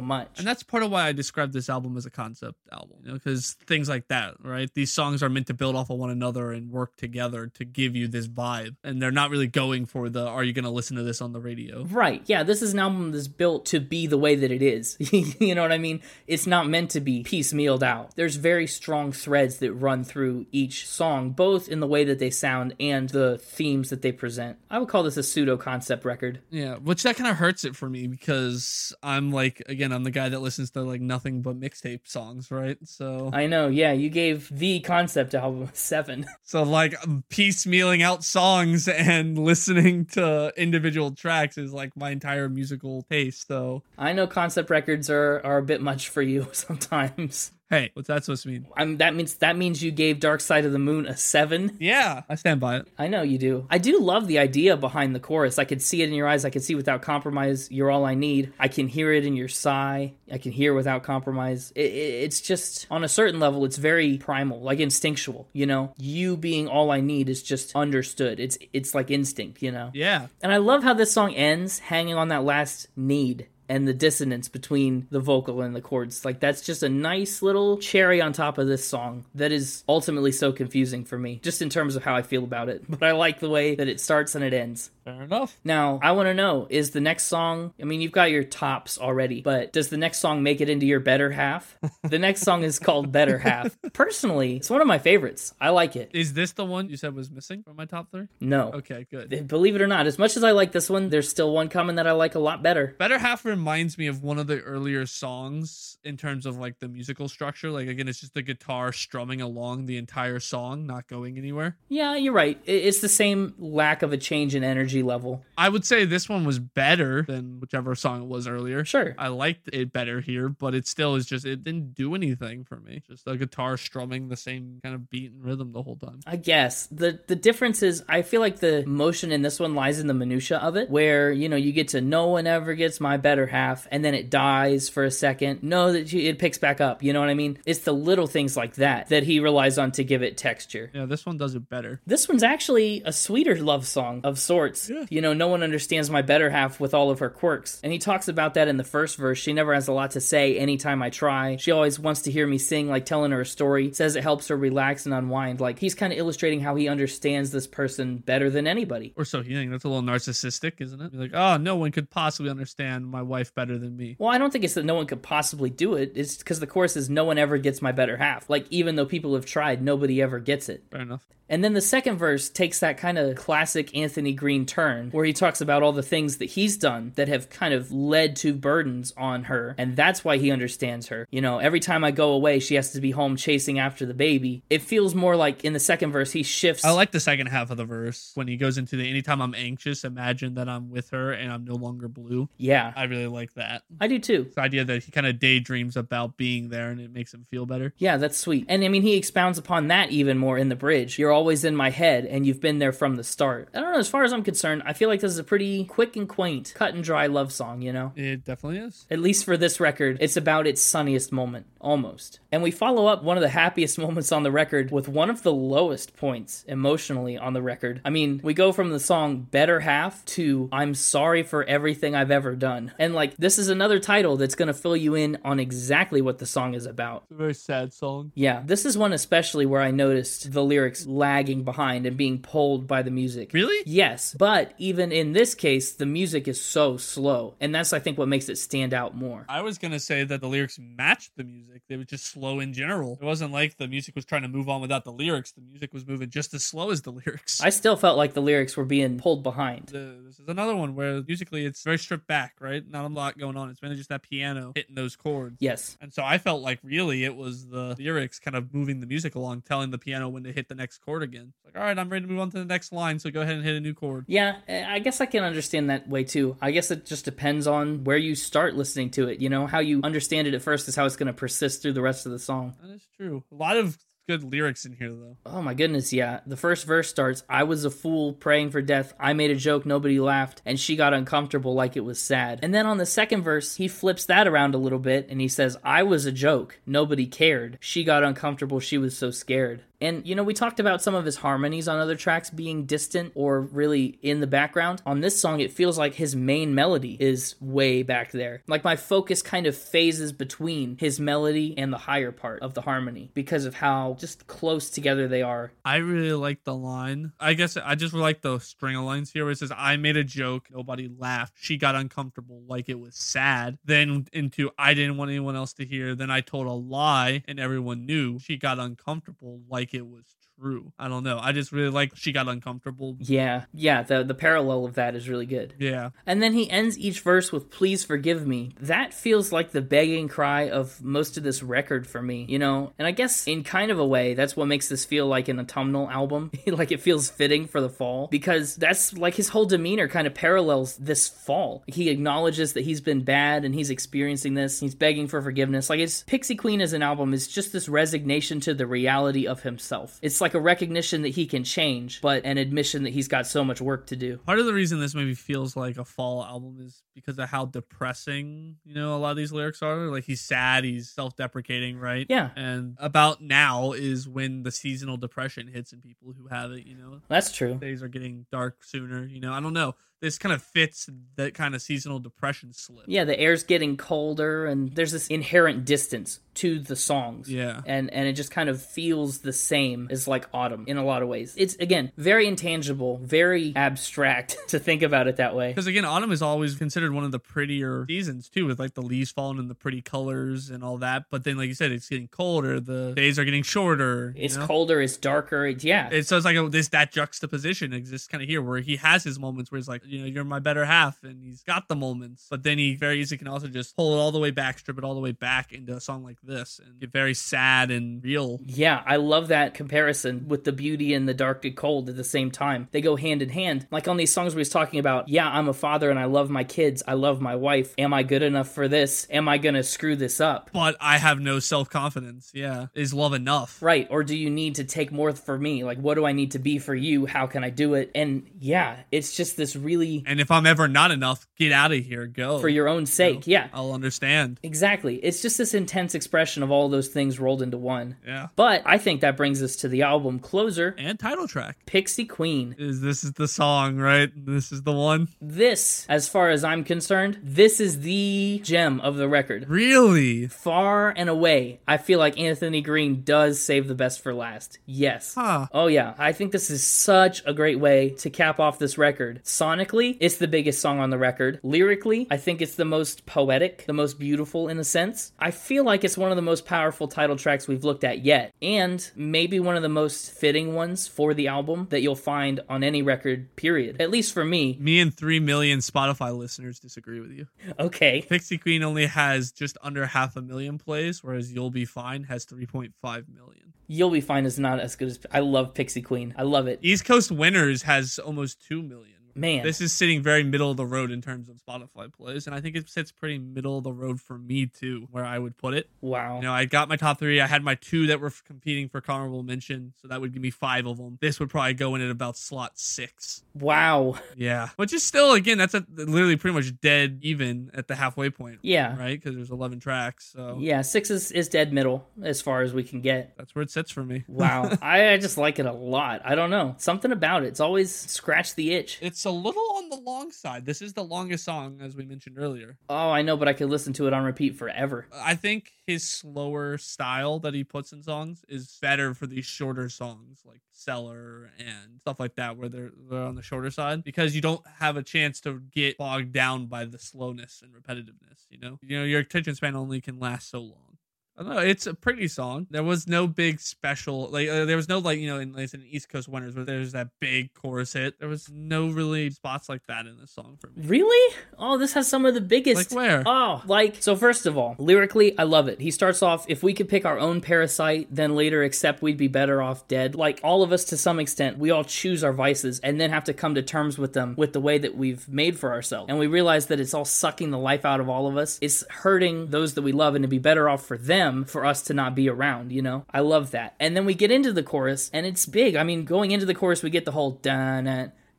A: much.
C: and that's part of why I described this album as a concept album, you know, because things like that, right? These songs are meant to build off of one another and work together to give you this vibe, and they're not really going for the "Are you going to listen to this on the radio?"
A: Right. Yeah, this is an album that's built to be the way that it is. [LAUGHS] you know what I mean? It's not meant to be piecemealed out. There's very strong threads that run through each song, both in the way that they sound and the themes that they present. I would call this a pseudo concept record.
C: Yeah, which that kind of hurts it for me because I'm like, again, I'm the guy that listens to like nothing but mixtape songs, right? So,
A: I know. Yeah, you gave the concept album a 7.
C: so like um, piecemealing out songs and [LAUGHS] listening to individual tracks is like my entire musical taste. So,
A: [LAUGHS] I know concept records are are a bit much for you [LAUGHS] sometimes.
C: hey, what's that supposed to mean?
A: I'm, that means that means you gave Dark Side of the Moon a seven.
C: Yeah, I stand by it.
A: I know you do. I do love the idea behind the chorus. I could see it in your eyes. I could see without compromise. You're all I need. I can hear it in your sigh. I can hear without compromise. It, it, it's just on a certain level. It's very primal, like instinctual. You know, you being all I need is just understood. It's it's like instinct. You know.
C: Yeah,
A: And I love how this song ends hanging on that last need and the dissonance between the vocal and the chords. Like, that's just a nice little cherry on top of this song that is ultimately so confusing for me, just in terms of how I feel about it. [LAUGHS] But I like the way that it starts and it ends.
C: fair enough.
A: Now, I want to know is the next song, I mean, you've got your tops already, but does the next song make it into your better half? The next song is called Better Half. Personally, it's one of my favorites. I like it.
C: Is this the one you said was missing from my top three?
A: No.
C: Okay, good.
A: Believe it or not, as much as I like this one, there's still one coming that I like a lot better.
C: Better Half reminds me of one of the earlier songs in terms of like the musical structure. Like again, it's just the guitar strumming along the entire song, not going anywhere.
A: Yeah, you're right. I- It's the same lack of a change in energy level.
C: I would say this one was better than whichever song it was earlier.
A: Sure.
C: I liked it better here, but it still is just it didn't do anything for me. Just the guitar strumming the same kind of beat and rhythm the whole time.
A: I guess the the difference is I feel like the motion in this one lies in the minutia of it, where you know you get to no one ever gets my better half, and then it dies for a second. No, that you, it picks back up. You know what I mean? It's the little things like that that he relies on to give it texture.
C: Yeah, this one does it better.
A: This one's actually a sweeter love song of sorts. You know, no one understands my better half with all of her quirks. And he talks about that in the first verse. She never has a lot to say anytime I try. She always wants to hear me sing, like telling her a story. Says it helps her relax and unwind. Like he's kind of illustrating how he understands this person better than anybody.
C: Or so you think that's a little narcissistic, isn't it? You're like, oh, no one could possibly understand my wife better than me.
A: Well, I don't think it's that no one could possibly do it. It's because the chorus is no one ever gets my better half. Like, even though people have tried, nobody ever gets it.
C: Fair enough.
A: And then the second verse takes that kind of classic Anthony Green turn where he talks about all the things that he's done that have kind of led to burdens on her. And that's why he understands her. You know, every time I go away, she has to be home chasing after the baby. It feels more like in the second verse, he shifts.
C: I like the second half of the verse when he goes into the anytime I'm anxious, imagine that I'm with her and I'm no longer blue.
A: yeah,
C: I really like that.
A: I do too.
C: The idea that he kind of daydreams about being there and it makes him feel better.
A: Yeah, that's sweet. And I mean, he expounds upon that even more in the bridge. You're always in my head, and you've been there from the start. I don't know. As far as I'm concerned, I feel like this is a pretty quick and quaint, cut and dry love song, you know?
C: It definitely is.
A: At least for this record, it's about its sunniest moment, almost. And we follow up one of the happiest [LAUGHS] moments on the record with one of the lowest points emotionally on the record. I mean, we go from the song Better Half to I'm Sorry for Everything I've Ever Done. And again, like this is another title that's going to fill you in on exactly what the song is about.
C: It's a very sad song.
A: Yeah, this is one especially where I noticed the lyrics lagging behind and being pulled by the music.
C: Really?
A: Yes, but even in this case, the music is so slow, and that's I think what makes it stand out more.
C: I was gonna say that the lyrics matched the music. They were just slow in general. It wasn't like the music was trying to move on without the lyrics. The music was moving just as slow as the [LAUGHS] lyrics.
A: I still felt like the lyrics were being pulled behind.
C: The- this is another one where musically it's very stripped back, right? Not a lot going on. It's mainly just that piano hitting those chords.
A: Yes.
C: And so I felt like really it was the lyrics kind of moving the music along, telling the piano when to hit the next chord again. Like, all right, I'm ready to move on to the next line, so go ahead and hit a new chord.
A: Yeah, eh, I guess I can understand that way too. I guess it just depends on where you start listening to it. You know, how you understand it at first is how it's going to persist through the rest of the song.
C: That is true. A lot of good lyrics in here though.
A: Oh my goodness, yeah. The first verse starts I was a fool praying for death. I made a joke, nobody laughed, and she got uncomfortable like it was sad. And then on the second verse, he flips that around a little bit and he says, I was a joke, nobody cared. She got uncomfortable, she was so scared. And you know, we talked about some of his harmonies on other tracks being distant or really in the background. On this song, it feels like his main melody is way back there. Like my focus kind of phases between his melody and the higher part of the harmony because of how just close together they are.
C: I really like the line. I guess I just like the string of lines here where it says, I made a joke, nobody laughed. She got uncomfortable like it was sad. Then into, I didn't want anyone else to hear. Then I told a lie and everyone knew. She got uncomfortable like it was true. I don't know. I just really like she got uncomfortable.
A: Yeah, yeah, the, the parallel of that is really good.
C: Yeah.
A: And then he ends each verse with "Please forgive me." That feels like the begging cry of most of this record for me, you know. And I guess in kind of a way, that's what makes this feel like an autumnal album. [LAUGHS] like it feels fitting for the fall because that's like his whole demeanor kind of parallels this fall. He acknowledges that he's been bad and he's experiencing this. He's begging for forgiveness. Like it's Pixie Queen as an album is just this resignation to the reality of himself. It's like a recognition that he can change, but an admission that he's got so much work to do.
C: Part of the reason this maybe feels like a fall album is because of how depressing, you know, a lot of these lyrics are. Like he's sad, he's self deprecating, right?
A: Yeah.
C: And about now is when the seasonal depression hits in people who have it, you know.
A: That's true.
C: days are getting dark sooner. You know, I don't know. This kind of fits that kind of seasonal depression slip.
A: Yeah, the air's getting colder, and there's this inherent distance to the songs.
C: Yeah.
A: And and it just kind of feels the same as like autumn in a lot of ways. It's again very intangible, very abstract [LAUGHS] to think about it that way.
C: Because again, autumn is always considered one of the prettier seasons too, with like the leaves falling and the pretty colors and all that. But then, like you said, it's getting colder. The days are getting shorter. you
A: It's
C: know?
A: colder, it's darker. It's, yeah.
C: It's so it's like a, this that juxtaposition exists kind of here, where he has his moments where he's like, you know, you're my better half, and he's got the moments. But then he very easily can also just pull it all the way back, strip it all the way back into a song like this, and get very sad and real.
A: yeah, I love that comparison with the beauty and the dark and cold at the same time. They go hand in hand. Like on these songs we was talking about, yeah, I'm a father and I love my kids. I love my wife. Am I good enough for this? Am I going to screw this up?
C: but I have no self confidence. Yeah. Is love enough?
A: Right. Or do you need to take more for me? Like, what do I need to be for you? How can I do it? And yeah, it's just this really
C: And if I'm ever not enough, get out of here. Go.
A: for your own sake. Yeah,
C: I'll understand.
A: exactly. It's just this intense expression of all those things rolled into one.
C: Yeah.
A: But I think that brings us to the album closer
C: And title track.
A: Pixie Queen.
C: Is this is the song, right? This is the one.
A: This, as far as I'm concerned, this is the gem of the record.
C: Really?
A: Far and away, I feel like Anthony Green does save the best for last. Yes.
C: Huh.
A: Oh yeah, I think this is such a great way to cap off this record. Sonically, it's the biggest song on the record. Lyrically, I think it's the most poetic, the most beautiful in a sense. I feel like it's one of the most powerful title tracks we've looked at yet, and maybe one of the most fitting ones for the album that you'll find on any record period. At least for me. [LAUGHS]
C: Me and 3 million Spotify listeners disagree with you.
A: Okay.
C: Pixie Queen only has just under half a million plays, whereas You'll Be Fine has 3.5 million.
A: You'll be fine is not as good as I love Pixie Queen. I love it.
C: East Coast Winners has almost 2 million.
A: Man.
C: This is sitting very middle of the road in terms of Spotify plays, and I think it sits pretty middle of the road for me too, where I would put it.
A: wow.
C: You know, I got my top three. I had my two that were f- competing for honorable mention, so that would give me five of them. This would probably go in at about slot six.
A: Wow. [LAUGHS]
C: Yeah, which is still again, that's a, literally pretty much dead even at the halfway point.
A: Yeah.
C: right, because there's eleven tracks, so
A: Yeah, 6 is, is dead middle as far as we can get.
C: that's where it sits for me.
A: [LAUGHS] Wow. I, I just like it a lot. I don't know. Something about it. It's always scratched the itch.
C: It's It's a little on the long side. This is the longest song, as we mentioned earlier.
A: Oh, I know, but I could listen to it on repeat forever.
C: I think his slower style that he puts in songs is better for these shorter songs like Cellar and stuff like that, where they're, they're on the shorter side because you don't have a chance to get bogged down by the slowness and repetitiveness. You know, you know your attention span only can last so long. I don't know. It's a pretty song. There was no big special, like uh, there was no like you know in, like, in East Coast Winters where there's that big chorus hit. There was no really spots like that in this song for me.
A: Really? Oh, this has some of the biggest.
C: Like where?
A: Oh, [LAUGHS] like so. First of all, lyrically, I love it. He starts off, "If we could pick our own parasite, then later accept we'd be better off dead." Like all of us, to some extent, we all choose our vices and then have to come to terms with them, with the way that we've made for ourselves, and we realize that it's all sucking the life out of all of us. It's hurting those that we love, and to be better off for them, for us to not be around. You know, I love that. And then we get into the chorus, and it's big. I mean, going into the chorus, we get the whole dun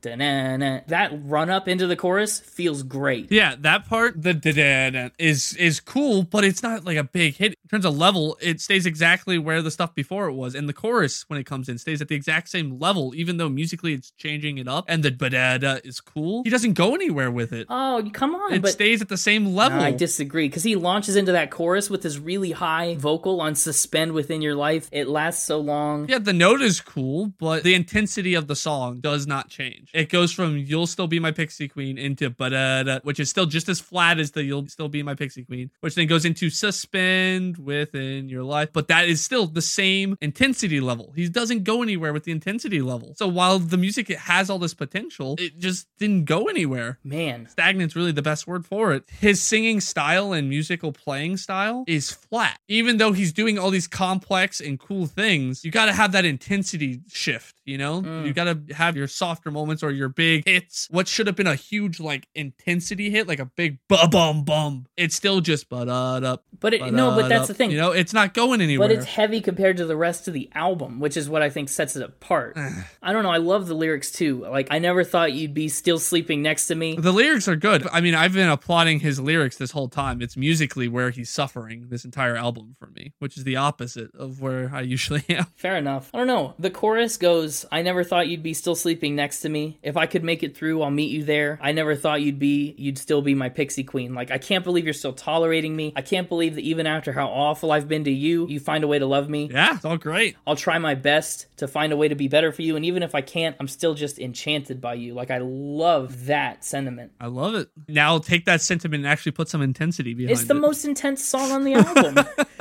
A: dun. Da-na-na. That run up into the chorus feels great.
C: Yeah, that part the da-da-da, is is cool, but it's not like a big hit. In terms of level, it stays exactly where the stuff before it was, and the chorus when it comes in stays at the exact same level, even though musically it's changing it up. And the da-da-da is cool. He doesn't go anywhere with it.
A: Oh, come on.
C: it
A: but
C: stays at the same level.
A: I disagree because he launches into that chorus with his really high vocal on Suspend Within Your Life. It lasts so long.
C: yeah, the note is cool, but the intensity of the song does not change. It goes from "You'll still be my pixie queen" into "Ba-da-da," which is still just as flat as the "You'll still be my pixie queen," which then goes into "Suspend within your life," but that is still the same intensity level. He doesn't go anywhere with the intensity level. So while the music it has all this potential, it just didn't go anywhere
A: Man,
C: stagnant's really the best word for it. His singing style and musical playing style is flat. Even though he's doing all these complex and cool things, you got to have that intensity shift, you know?
A: Mm.
C: You got to have your softer moments or your big hits. What should have been a huge like intensity hit, like a big ba bum bum, it's still just ba da da.
A: but it, no, but that's the thing.
C: uh, You know, it's not going anywhere.
A: but it's heavy compared to the rest of the album, which is what I think sets it
C: [SIGHS]
A: apart. I don't know. I love the lyrics too. Like, I never thought you'd be still sleeping next to me.
C: The lyrics are good. I mean, I've been applauding his lyrics this whole time. It's musically where he's suffering this entire album for me, which is the opposite of where I usually [LAUGHS] am.
A: Fair enough. I don't know. The chorus goes, I never thought you'd be still sleeping next to me. If I could make it through, I'll meet you there. I never thought you'd be, you'd still be my pixie queen. Like, I can't believe you're still tolerating me. I can't believe that even after how awful I've been to you, you find a way to love me.
C: Yeah, it's all great.
A: I'll try my best to find a way to be better for you. And even if I can't, I'm still just enchanted by you. Like, I love that sentiment.
C: I love it. Now take that sentiment and actually put some intensity behind
A: It's the
C: it.
A: most intense song on the album.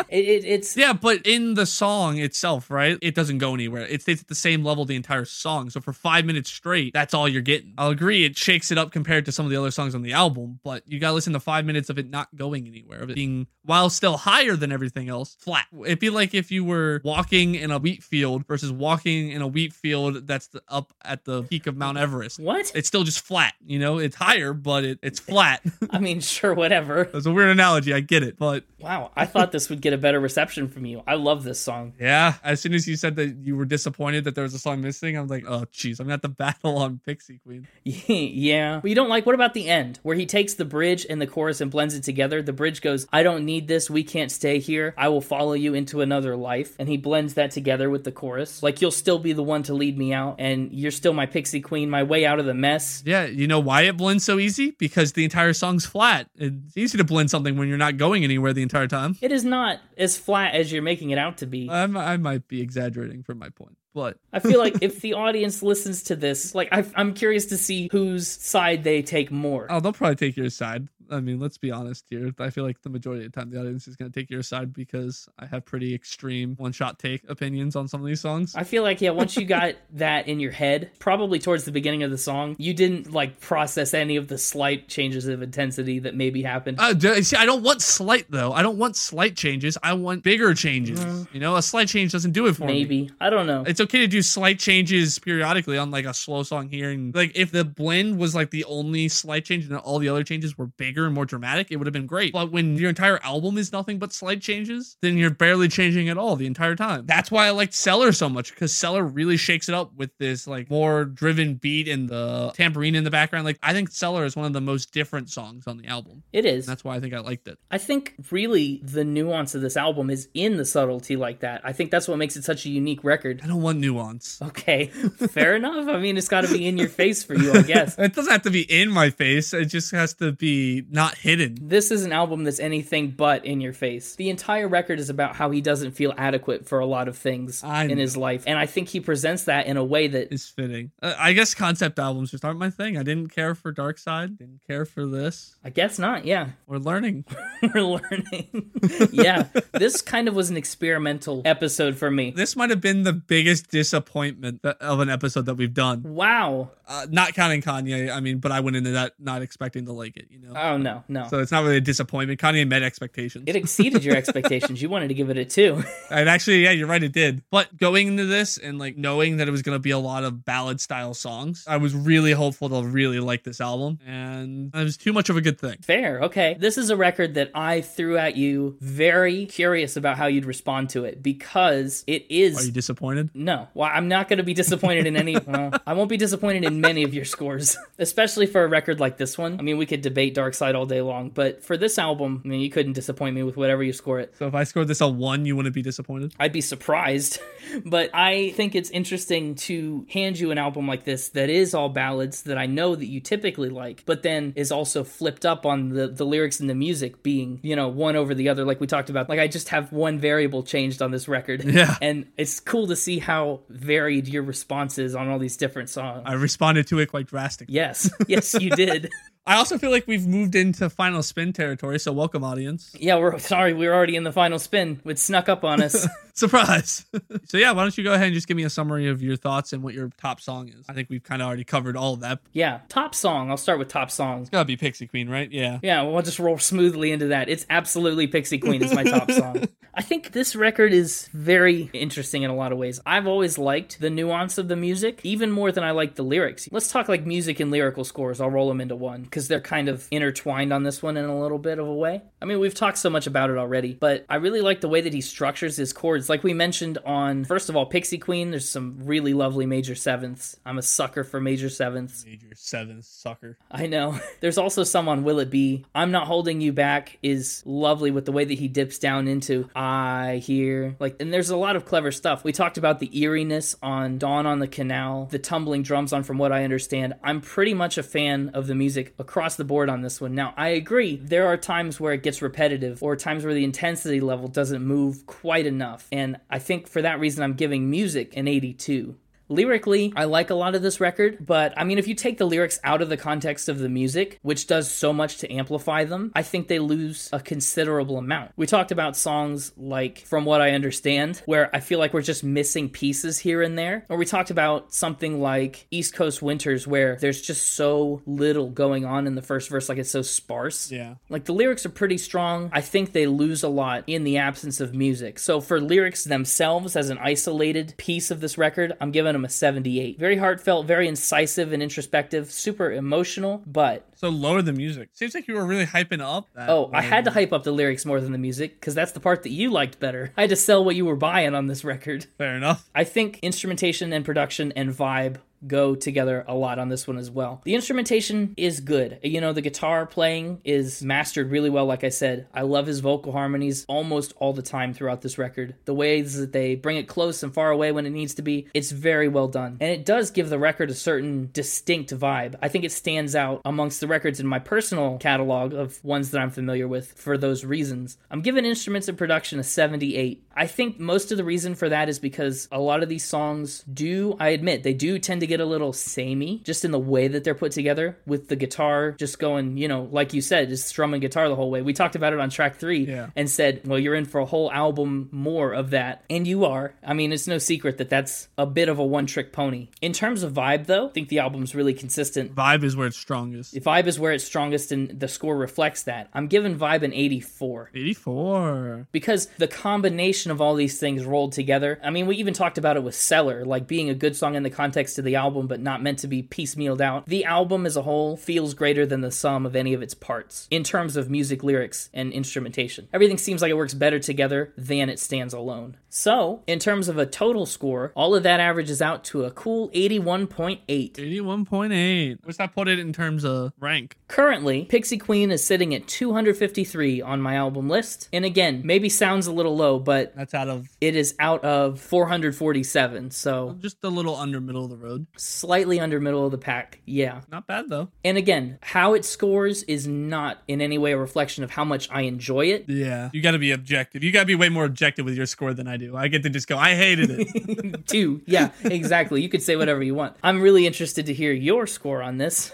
A: it, it, it's
C: yeah, but in the song itself, right? It doesn't go anywhere. It stays at the same level the entire song. So for five minutes straight, that's all you're getting. I'll agree, it shakes it up compared to some of the other songs on the album, but you gotta listen to five minutes of it not going anywhere, of it being while still higher than everything else, flat. It'd be like if you were walking in a wheat field versus walking in a wheat field that's the, up at the peak of Mount Everest.
A: what?
C: It's still just flat, you know. It's higher, but it, it's flat. [LAUGHS]
A: I mean, sure, whatever.
C: That's a weird analogy. I get it, but
A: Wow, I thought this would get a better reception from you. I love this song.
C: yeah. As soon as you said that you were disappointed that there was a song missing, I'm like, oh, jeez, I'm at the [LAUGHS] battle on Pixie Queen.
A: [LAUGHS] yeah. Well, you don't like, what about the end where he takes the bridge and the chorus and blends it together? The bridge goes, I don't need this. We can't stay here. I will follow you into another life. And he blends that together with the chorus. Like, you'll still be the one to lead me out. And you're still my pixie queen, my way out of the mess.
C: Yeah, you know why it blends so easy? Because the entire song's flat. It's easy to blend something when you're not going anywhere the entire time.
A: It is not as flat as you're making it out to be.
C: I'm, I might be exaggerating for my point, but
A: I feel like if the audience listens to this, like, I, I'm curious to see whose side they take more.
C: oh, they'll probably take your side. I mean, let's be honest here. I feel like the majority of the time the audience is going to take your side because I have pretty extreme one shot take opinions on some of these songs.
A: I feel like yeah, once you
C: [LAUGHS]
A: got that in your head, probably towards the beginning of the song, you didn't like process any of the slight changes of intensity that maybe happened.
C: Uh, d- see, I don't want slight though. I don't want slight changes. I want bigger changes. You know, a slight change doesn't do it for me.
A: maybe I don't know.
C: It's okay to do slight changes periodically on like a slow song here, and like if the blend was like the only slight change and all the other changes were bigger, bigger and more dramatic, it would have been great. But when your entire album is nothing but slight changes, then you're barely changing at all the entire time. That's why I liked Cellar so much because Cellar really shakes it up with this like more driven beat and the tambourine in the background. Like I think Cellar is one of the most different songs on the album.
A: It is.
C: And that's why I think I liked it.
A: I think really the nuance of this album is in the subtlety like that. I think that's what makes it such a unique record.
C: I don't want nuance.
A: Okay, [LAUGHS] fair enough. I mean, it's got to be in your face for you, I guess.
C: [LAUGHS] It doesn't have to be in my face. It just has to be not hidden.
A: This is an album that's anything but in your face. The entire record is about how he doesn't feel adequate for a lot of things
C: I
A: in
C: know.
A: his life. And I think he presents that in a way that
C: It's fitting. Uh, I guess concept albums just aren't my thing. I didn't care for Dark Side. Didn't care for this.
A: I guess not. Yeah.
C: We're learning. [LAUGHS]
A: [LAUGHS] We're learning. yeah. This kind of was an experimental episode for me.
C: This might have been the biggest disappointment that- of an episode that we've done.
A: Wow.
C: Uh, not counting Kanye. I mean, but I went into that not expecting to like it. You know.
A: Oh, no, no.
C: So it's not really a disappointment. Kanye met expectations.
A: it exceeded your expectations. You wanted to give it a two. [LAUGHS]
C: And actually, yeah, you're right, it did. But going into this and like knowing that it was gonna be a lot of ballad style songs, I was really hopeful to really like this album. And it was too much of a good thing.
A: Fair. Okay. This is a record that I threw at you, very curious about how you'd respond to it because it is.
C: Are you disappointed?
A: No, well, I'm not going to be disappointed in
C: [LAUGHS]
A: any. well, I won't be disappointed in many of your scores, [LAUGHS] especially for a record like this one. I mean, we could debate Dark Side all day long, but for this album, I mean, you couldn't disappoint me with whatever you score it.
C: So if I scored this a one, you wouldn't be disappointed?
A: I'd be surprised, [LAUGHS] but I think it's interesting to hand you an album like this that is all ballads that I know that you typically like, but then is also flipped up on the, the lyrics and the music being, you know, one over the other, like we talked about. Like, I just have one variable changed on this record.
C: [LAUGHS] Yeah.
A: And it's cool to see how varied your response is on all these different songs.
C: I responded to it quite
A: [LAUGHS]
C: drastically.
A: yes. Yes, you
C: [LAUGHS]
A: did.
C: I also feel like we've moved into final spin territory, so welcome audience.
A: Yeah, we're sorry, we were already in the final spin. It snuck up on
C: [LAUGHS]
A: us.
C: Surprise. so yeah, why don't you go ahead and just give me a summary of your thoughts and what your top song is? I think we've kind of already covered all of that.
A: yeah. Top song. I'll start with top songs.
C: Gotta be Pixie Queen, right? Yeah.
A: Yeah, well, I'll just roll smoothly into that. It's absolutely Pixie Queen is my top song. I think this record is very interesting in a lot of ways. I've always liked the nuance of the music, even more than I like the lyrics. Let's talk like music and lyrical scores. I'll roll them into one because they're kind of intertwined on this one in a little bit of a way. I mean, we've talked so much about it already, but I really like the way that he structures his chords. Like we mentioned on, first of all, Pixie Queen, there's some really lovely major sevenths. I'm a sucker for major sevenths.
C: Major seven sucker.
A: I know. [LAUGHS] There's also some on Will It Be. I'm Not Holding You Back is lovely with the way that he dips down into I hear. Like, and there's a lot of clever stuff. We talked about the eeriness on Dawn on the Canal, the tumbling drums on From What I Understand. I'm pretty much a fan of the music across the board on this one. Now, I agree, there are times where it gets repetitive or times where the intensity level doesn't move quite enough. And I think for that reason, I'm giving music an 82. Lyrically, I like a lot of this record, but I mean, if you take the lyrics out of the context of the music, which does so much to amplify them, I think they lose a considerable amount. We talked about songs like From What I Understand, where I feel like we're just missing pieces here and there. Or we talked about something like East Coast Winters, where there's just so little going on in the first verse, like it's so sparse.
C: Yeah.
A: Like the lyrics are pretty strong. I think they lose a lot in the absence of music. So for lyrics themselves as an isolated piece of this record, I'm giving them a 78. Very heartfelt, very incisive and introspective, super emotional, but
C: So lower the music. Seems like you were really hyping up. That
A: oh, I had to hype up the lyrics more than the music cuz that's the part that you liked better. I had to sell what you were buying on this record. [LAUGHS]
C: Fair enough.
A: I think instrumentation and production and vibe go together a lot on this one as well. The instrumentation is good. You know, the guitar playing is mastered really well, like I said. I love his vocal harmonies almost all the time throughout this record. The ways that they bring it close and far away when it needs to be, it's very well done. And it does give the record a certain distinct vibe. I think it stands out amongst the records in my personal catalog of ones that I'm familiar with for those reasons. I'm giving instruments and production a 78. I think most of the reason for that is because a lot of these songs do, I admit, they do tend to get a little samey just in the way that they're put together with the guitar just going, you know, like you said, just strumming guitar the whole way. We talked about it on track three
C: Yeah.
A: and said, well, you're in for a whole album more of that. And you are. I mean, it's no secret that that's a bit of a one trick pony. In terms of vibe, though, I think the album's really consistent.
C: Vibe is where it's strongest.
A: Vibe is where it's strongest, and the score reflects that. I'm giving Vibe an 84
C: 84.
A: because the combination of all these things rolled together. I mean, we even talked about it with Cellar, like being a good song in the context of the album, but not meant to be piecemealed out. The album as a whole feels greater than the sum of any of its parts in terms of music, lyrics, and instrumentation. Everything seems like it works better together than it stands alone. So, in terms of a total score, all of that averages out to a cool 81.8.
C: 81.8. What's that put it in terms of rank?
A: Currently, Pixie Queen is sitting at 253 on my album list. And again, maybe sounds a little low, but
C: That's out of
A: it is out of 447, so
C: just a little under middle of the road.
A: slightly under middle of the pack. Yeah.
C: Not bad though.
A: And again, how it scores is not in any way a reflection of how much I enjoy
C: [LAUGHS]
A: it.
C: Yeah. You got to be objective. You got to be way more objective with your score than I do. I get to just go, I hated
A: [LAUGHS]
C: it.
A: Too. Yeah, exactly. You could say whatever you want. I'm really interested to hear your score on this.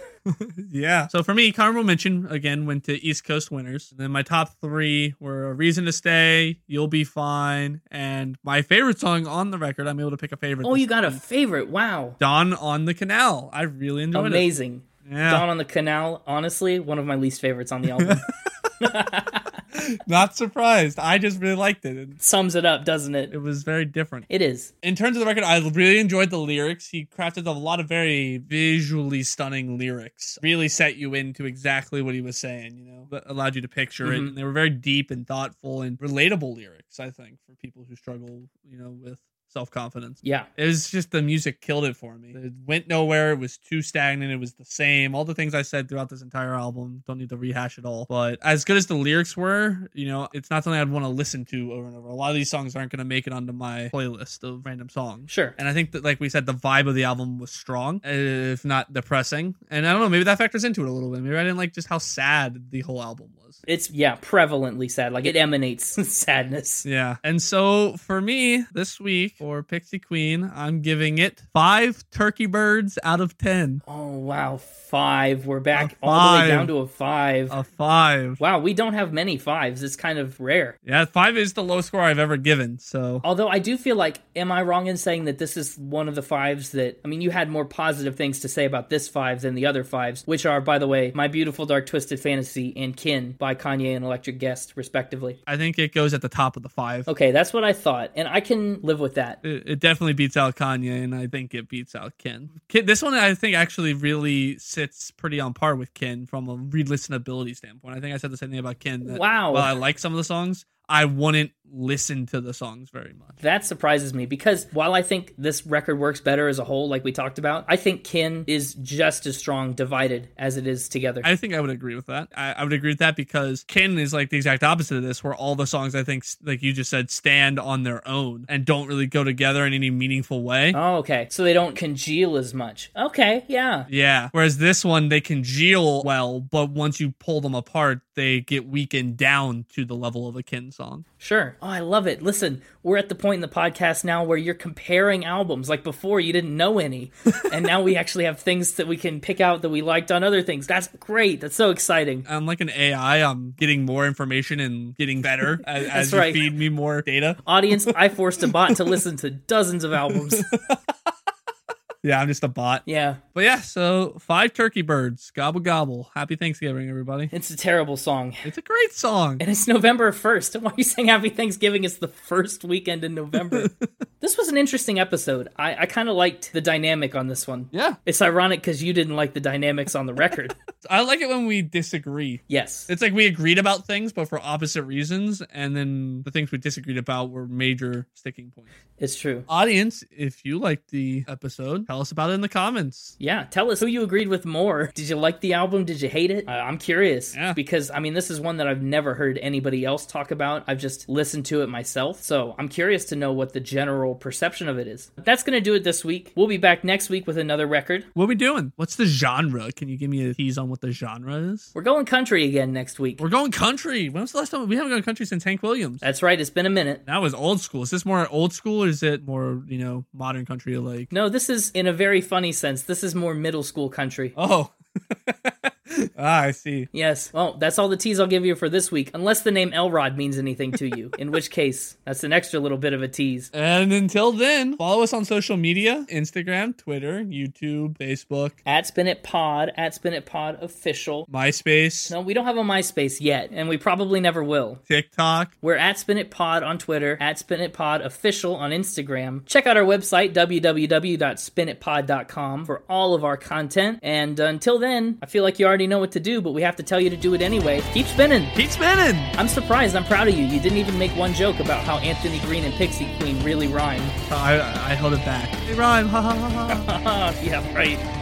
C: yeah. So for me, honorable mention again went to East Coast winners. And then my top three were A Reason to Stay, You'll Be Fine, and my favorite song on the record. I'm able to pick a favorite.
A: Oh, you got a favorite. Wow.
C: Dawn on the Canal. I really enjoyed it.
A: Amazing.
C: Yeah.
A: Dawn on the Canal, honestly, one of my least favorites on the album.
C: Not surprised. I just really liked it. And
A: Sums it up, doesn't it?
C: It was very different.
A: It is.
C: in terms of the record, I really enjoyed the lyrics. He crafted a lot of very visually stunning lyrics. Really set you into exactly what he was saying, you know, that allowed you to picture it.
A: Mhm.
C: And they were very deep and thoughtful and relatable lyrics, I think, for people who struggle, you know, with self confidence.
A: Yeah.
C: It was just the music killed it for me. It went nowhere. It was too stagnant. It was the same. All the things I said throughout this entire album. Don't need to rehash it all. But as good as the lyrics were, you know, it's not something I'd want to listen to over and over. A lot of these songs aren't going to make it onto my playlist of random songs.
A: Sure.
C: And I think that, like we said, the vibe of the album was strong, if not depressing. And I don't know, maybe that factors into it a little bit. Maybe I didn't like just how sad the whole album was.
A: It's yeah, prevalently sad. Like it emanates [LAUGHS] sadness.
C: Yeah. And so for me this week for Pixie Queen, I'm giving it five turkey birds out of 10.
A: Oh wow, five. We're back
C: A
A: all the way
C: five.
A: down to a five.
C: A five.
A: wow, we don't have many fives. It's kind of rare.
C: Yeah, five is the low score I've ever given. So
A: Although I do feel like, am I wrong in saying that this is one of the fives that I mean, you had more positive things to say about this five than the other fives, which are, by the way, "My Beautiful Dark Twisted Fantasy" and "Kin" by Kanye and Electric Guest, respectively.
C: I think it goes at the top of the five.
A: Okay, that's what I thought, and I can live with that.
C: It, it definitely beats out Kanye, and I think it beats out Ken. Ken. This one I think actually really sits pretty on par with Ken from a re-listenability standpoint. I think I said the same thing about Ken. That
A: Wow.
C: While I like some of the songs, I wouldn't listen to the songs very much.
A: That surprises me because while I think this record works better as a whole, like we talked about, I think Kin is just as strong divided as it is together.
C: I think I would agree with that. I, I would agree with that because Ken is like the exact opposite of this, where all the songs I think, like you just said, stand on their own and don't really go together in any meaningful way.
A: oh, okay. So they don't congeal as much. Okay, yeah.
C: Yeah. Whereas this one, they congeal well, but once you pull them apart, they get weakened down to the level of a Ken song.
A: Sure. Oh, I love it. Listen, we're at the point in the podcast now where you're comparing albums. Like before, you didn't know any. and now we actually have things that we can pick out that we liked on other things. That's great. That's so exciting.
C: I'm like an AI. I'm getting more information and getting
A: [LAUGHS]
C: better as, as you
A: right.
C: feed
A: [LAUGHS]
C: me more data.
A: Audience, I forced a bot to listen to dozens of albums.
C: Yeah, I'm just a bot.
A: Yeah.
C: But yeah, so five turkey birds. Gobble gobble. Happy Thanksgiving, everybody.
A: It's a terrible song.
C: It's a
A: [LAUGHS]
C: great song.
A: And it's November 1st. [LAUGHS] Why are you saying Happy Thanksgiving? It's the first weekend in
C: [LAUGHS]
A: November. this was an interesting episode. I, I kind of liked the dynamic on this one.
C: Yeah,
A: It's ironic because you didn't like the dynamics on the
C: [LAUGHS]
A: record.
C: I like it when we disagree.
A: yes.
C: It's like we agreed about things, but for opposite reasons. And then the things we disagreed about were major sticking points.
A: It's true.
C: audience, if you liked the episode, tell us about it in the comments.
A: Yeah, tell us who you agreed with more. Did you like the album? Did you hate it? Uh, I'm curious
C: Yeah.
A: because I mean, this is one that I've never heard anybody else talk about. I've just listened to it myself. So I'm curious to know what the general perception of it is. That's going to do it this week. We'll be back next week with another record.
C: What we doing? What's the genre? Can you give me a tease on what the genre is?
A: We're going country again next week.
C: We're going country. When was the last time we haven't gone country since Hank Williams?
A: That's right, it's been a minute.
C: That was old school. Is this more old school or is it more, you know, modern country like?
A: No, this is in a very funny sense. This is more middle school country.
C: Oh. [LAUGHS] ah, I see.
A: Yes. Well, that's all the teas I'll give you for this week, unless the name Elrod means anything to you, in which case, that's an extra little bit of a tease.
C: And until then, follow us on social media Instagram, Twitter, YouTube, Facebook,
A: At Spin It Pod, at Spin It Pod Official.
C: MySpace,
A: No, we don't have a MySpace yet, and we probably never will.
C: TikTok.
A: We're at Spin It Pod on Twitter, at Spin It Pod Official on Instagram. Check out our website, www.spinitpod.com, for all of our content. And until then, I feel like you already know what to do, but we have to tell you to do it anyway. Keep spinning!
C: Keep spinning!
A: I'm surprised. I'm proud of you. You didn't even make one joke about how Anthony Green and Pixie Queen really rhyme. [LAUGHS]
C: I, I held it back. They rhyme. Ha ha ha ha.
A: yeah, right.